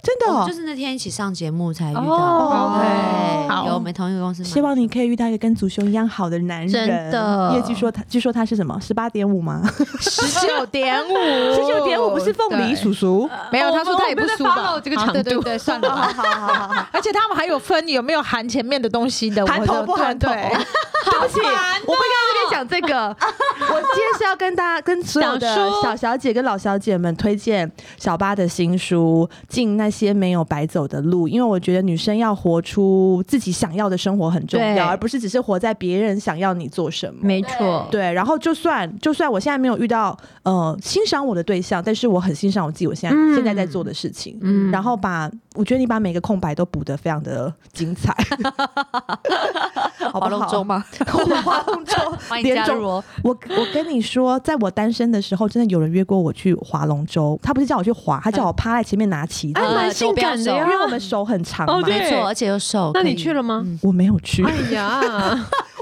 Speaker 1: 真的、
Speaker 3: 我们
Speaker 1: 哦
Speaker 3: 就。是那天一起上节目才遇到。
Speaker 2: 哦
Speaker 3: 对，
Speaker 4: 好
Speaker 3: 有我们同一个公司吗。
Speaker 1: 希望你可以遇到一个跟祖雄一样好的男人。
Speaker 2: 真的
Speaker 1: 因为据说他，据说他是什么？十八点五吗？
Speaker 4: 十九点五，
Speaker 1: 十九点五不是凤
Speaker 2: 哦
Speaker 1: 梨叔叔？
Speaker 4: 对，没有，他说他也不输吧，
Speaker 2: 这个
Speaker 4: 好
Speaker 2: 长
Speaker 4: 对对
Speaker 2: 度
Speaker 4: 对，算了
Speaker 1: 哦好
Speaker 4: 吧。
Speaker 1: 好好好好，
Speaker 4: 而且他们还有分有没有含前面的东西的，
Speaker 1: 含
Speaker 4: 我
Speaker 1: 头
Speaker 4: 就
Speaker 1: 不含
Speaker 4: 对
Speaker 1: 头
Speaker 4: 对
Speaker 1: 对哦不起，我不应该在这边讲这个。我今天是要跟大家、跟所有的
Speaker 2: 讲书
Speaker 1: 小小姐跟老小姐们推荐小八的新书《进那些没有白走的路》，因为我觉得女生要活出自己想要的生活很重
Speaker 2: 对
Speaker 1: 要，而不是只是活在别人想要你做什么。
Speaker 2: 没错，
Speaker 1: 对，然后就算就算我现在没有遇到呃欣赏我的对象，但是我很欣赏我自己，我现在、
Speaker 2: 嗯
Speaker 1: 现在在做的事情。
Speaker 2: 嗯
Speaker 1: 然后把我觉得你把每个空白都补得非常的精 彩，好不
Speaker 3: 划龙舟
Speaker 1: 好？
Speaker 3: 吗？
Speaker 1: 划龙舟，
Speaker 3: 欢
Speaker 1: 迎加入
Speaker 3: 我。
Speaker 1: 我我跟你说，在我单身的时候，真的有人约过我去划龙舟。他不是叫我去划，他叫我趴在前面拿旗子，
Speaker 2: 哎，蛮
Speaker 3: 呃
Speaker 2: 性感的
Speaker 3: 手
Speaker 2: 呀
Speaker 1: 因。
Speaker 2: 嗯
Speaker 1: 为我们手很长嘛。
Speaker 2: 哦对哎
Speaker 3: 没错，而且又瘦。
Speaker 2: 那你
Speaker 3: 可以
Speaker 2: 去了吗？
Speaker 1: 我没有去
Speaker 2: 哎，呀，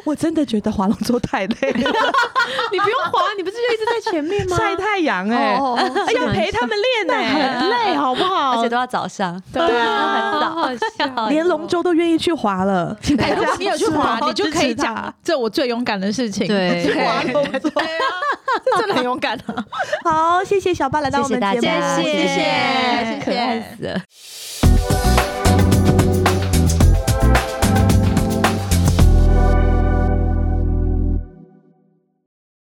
Speaker 1: 我真的觉得划龙舟太累了，
Speaker 2: 你不用滑，你不是就一直在前面 吗？
Speaker 1: 晒太阳哎、
Speaker 2: 哦哦哦
Speaker 1: 哎要陪他们练呢、
Speaker 4: 很累，好不好？
Speaker 3: 而且都要早上，
Speaker 4: 哦 对
Speaker 3: 很
Speaker 4: 啊。
Speaker 3: 早
Speaker 2: 好好 笑
Speaker 1: 连龙舟都愿意去划了，请 大
Speaker 4: 哎，
Speaker 1: 家
Speaker 4: 如果你有去
Speaker 1: 好
Speaker 4: 滑，
Speaker 1: 好
Speaker 4: 你就
Speaker 1: 支持
Speaker 4: 可以
Speaker 1: 他
Speaker 4: 讲这我最勇敢的事情。
Speaker 2: 对
Speaker 4: 去滑龙 舟，对啊， 这真的很勇敢啊。
Speaker 1: 好，谢谢小巴来到我
Speaker 3: 谢谢
Speaker 1: 们
Speaker 3: 大
Speaker 1: 节目，
Speaker 3: 家，
Speaker 2: 谢谢
Speaker 1: 谢
Speaker 2: 谢
Speaker 1: 谢
Speaker 2: 谢
Speaker 3: 可爱死了。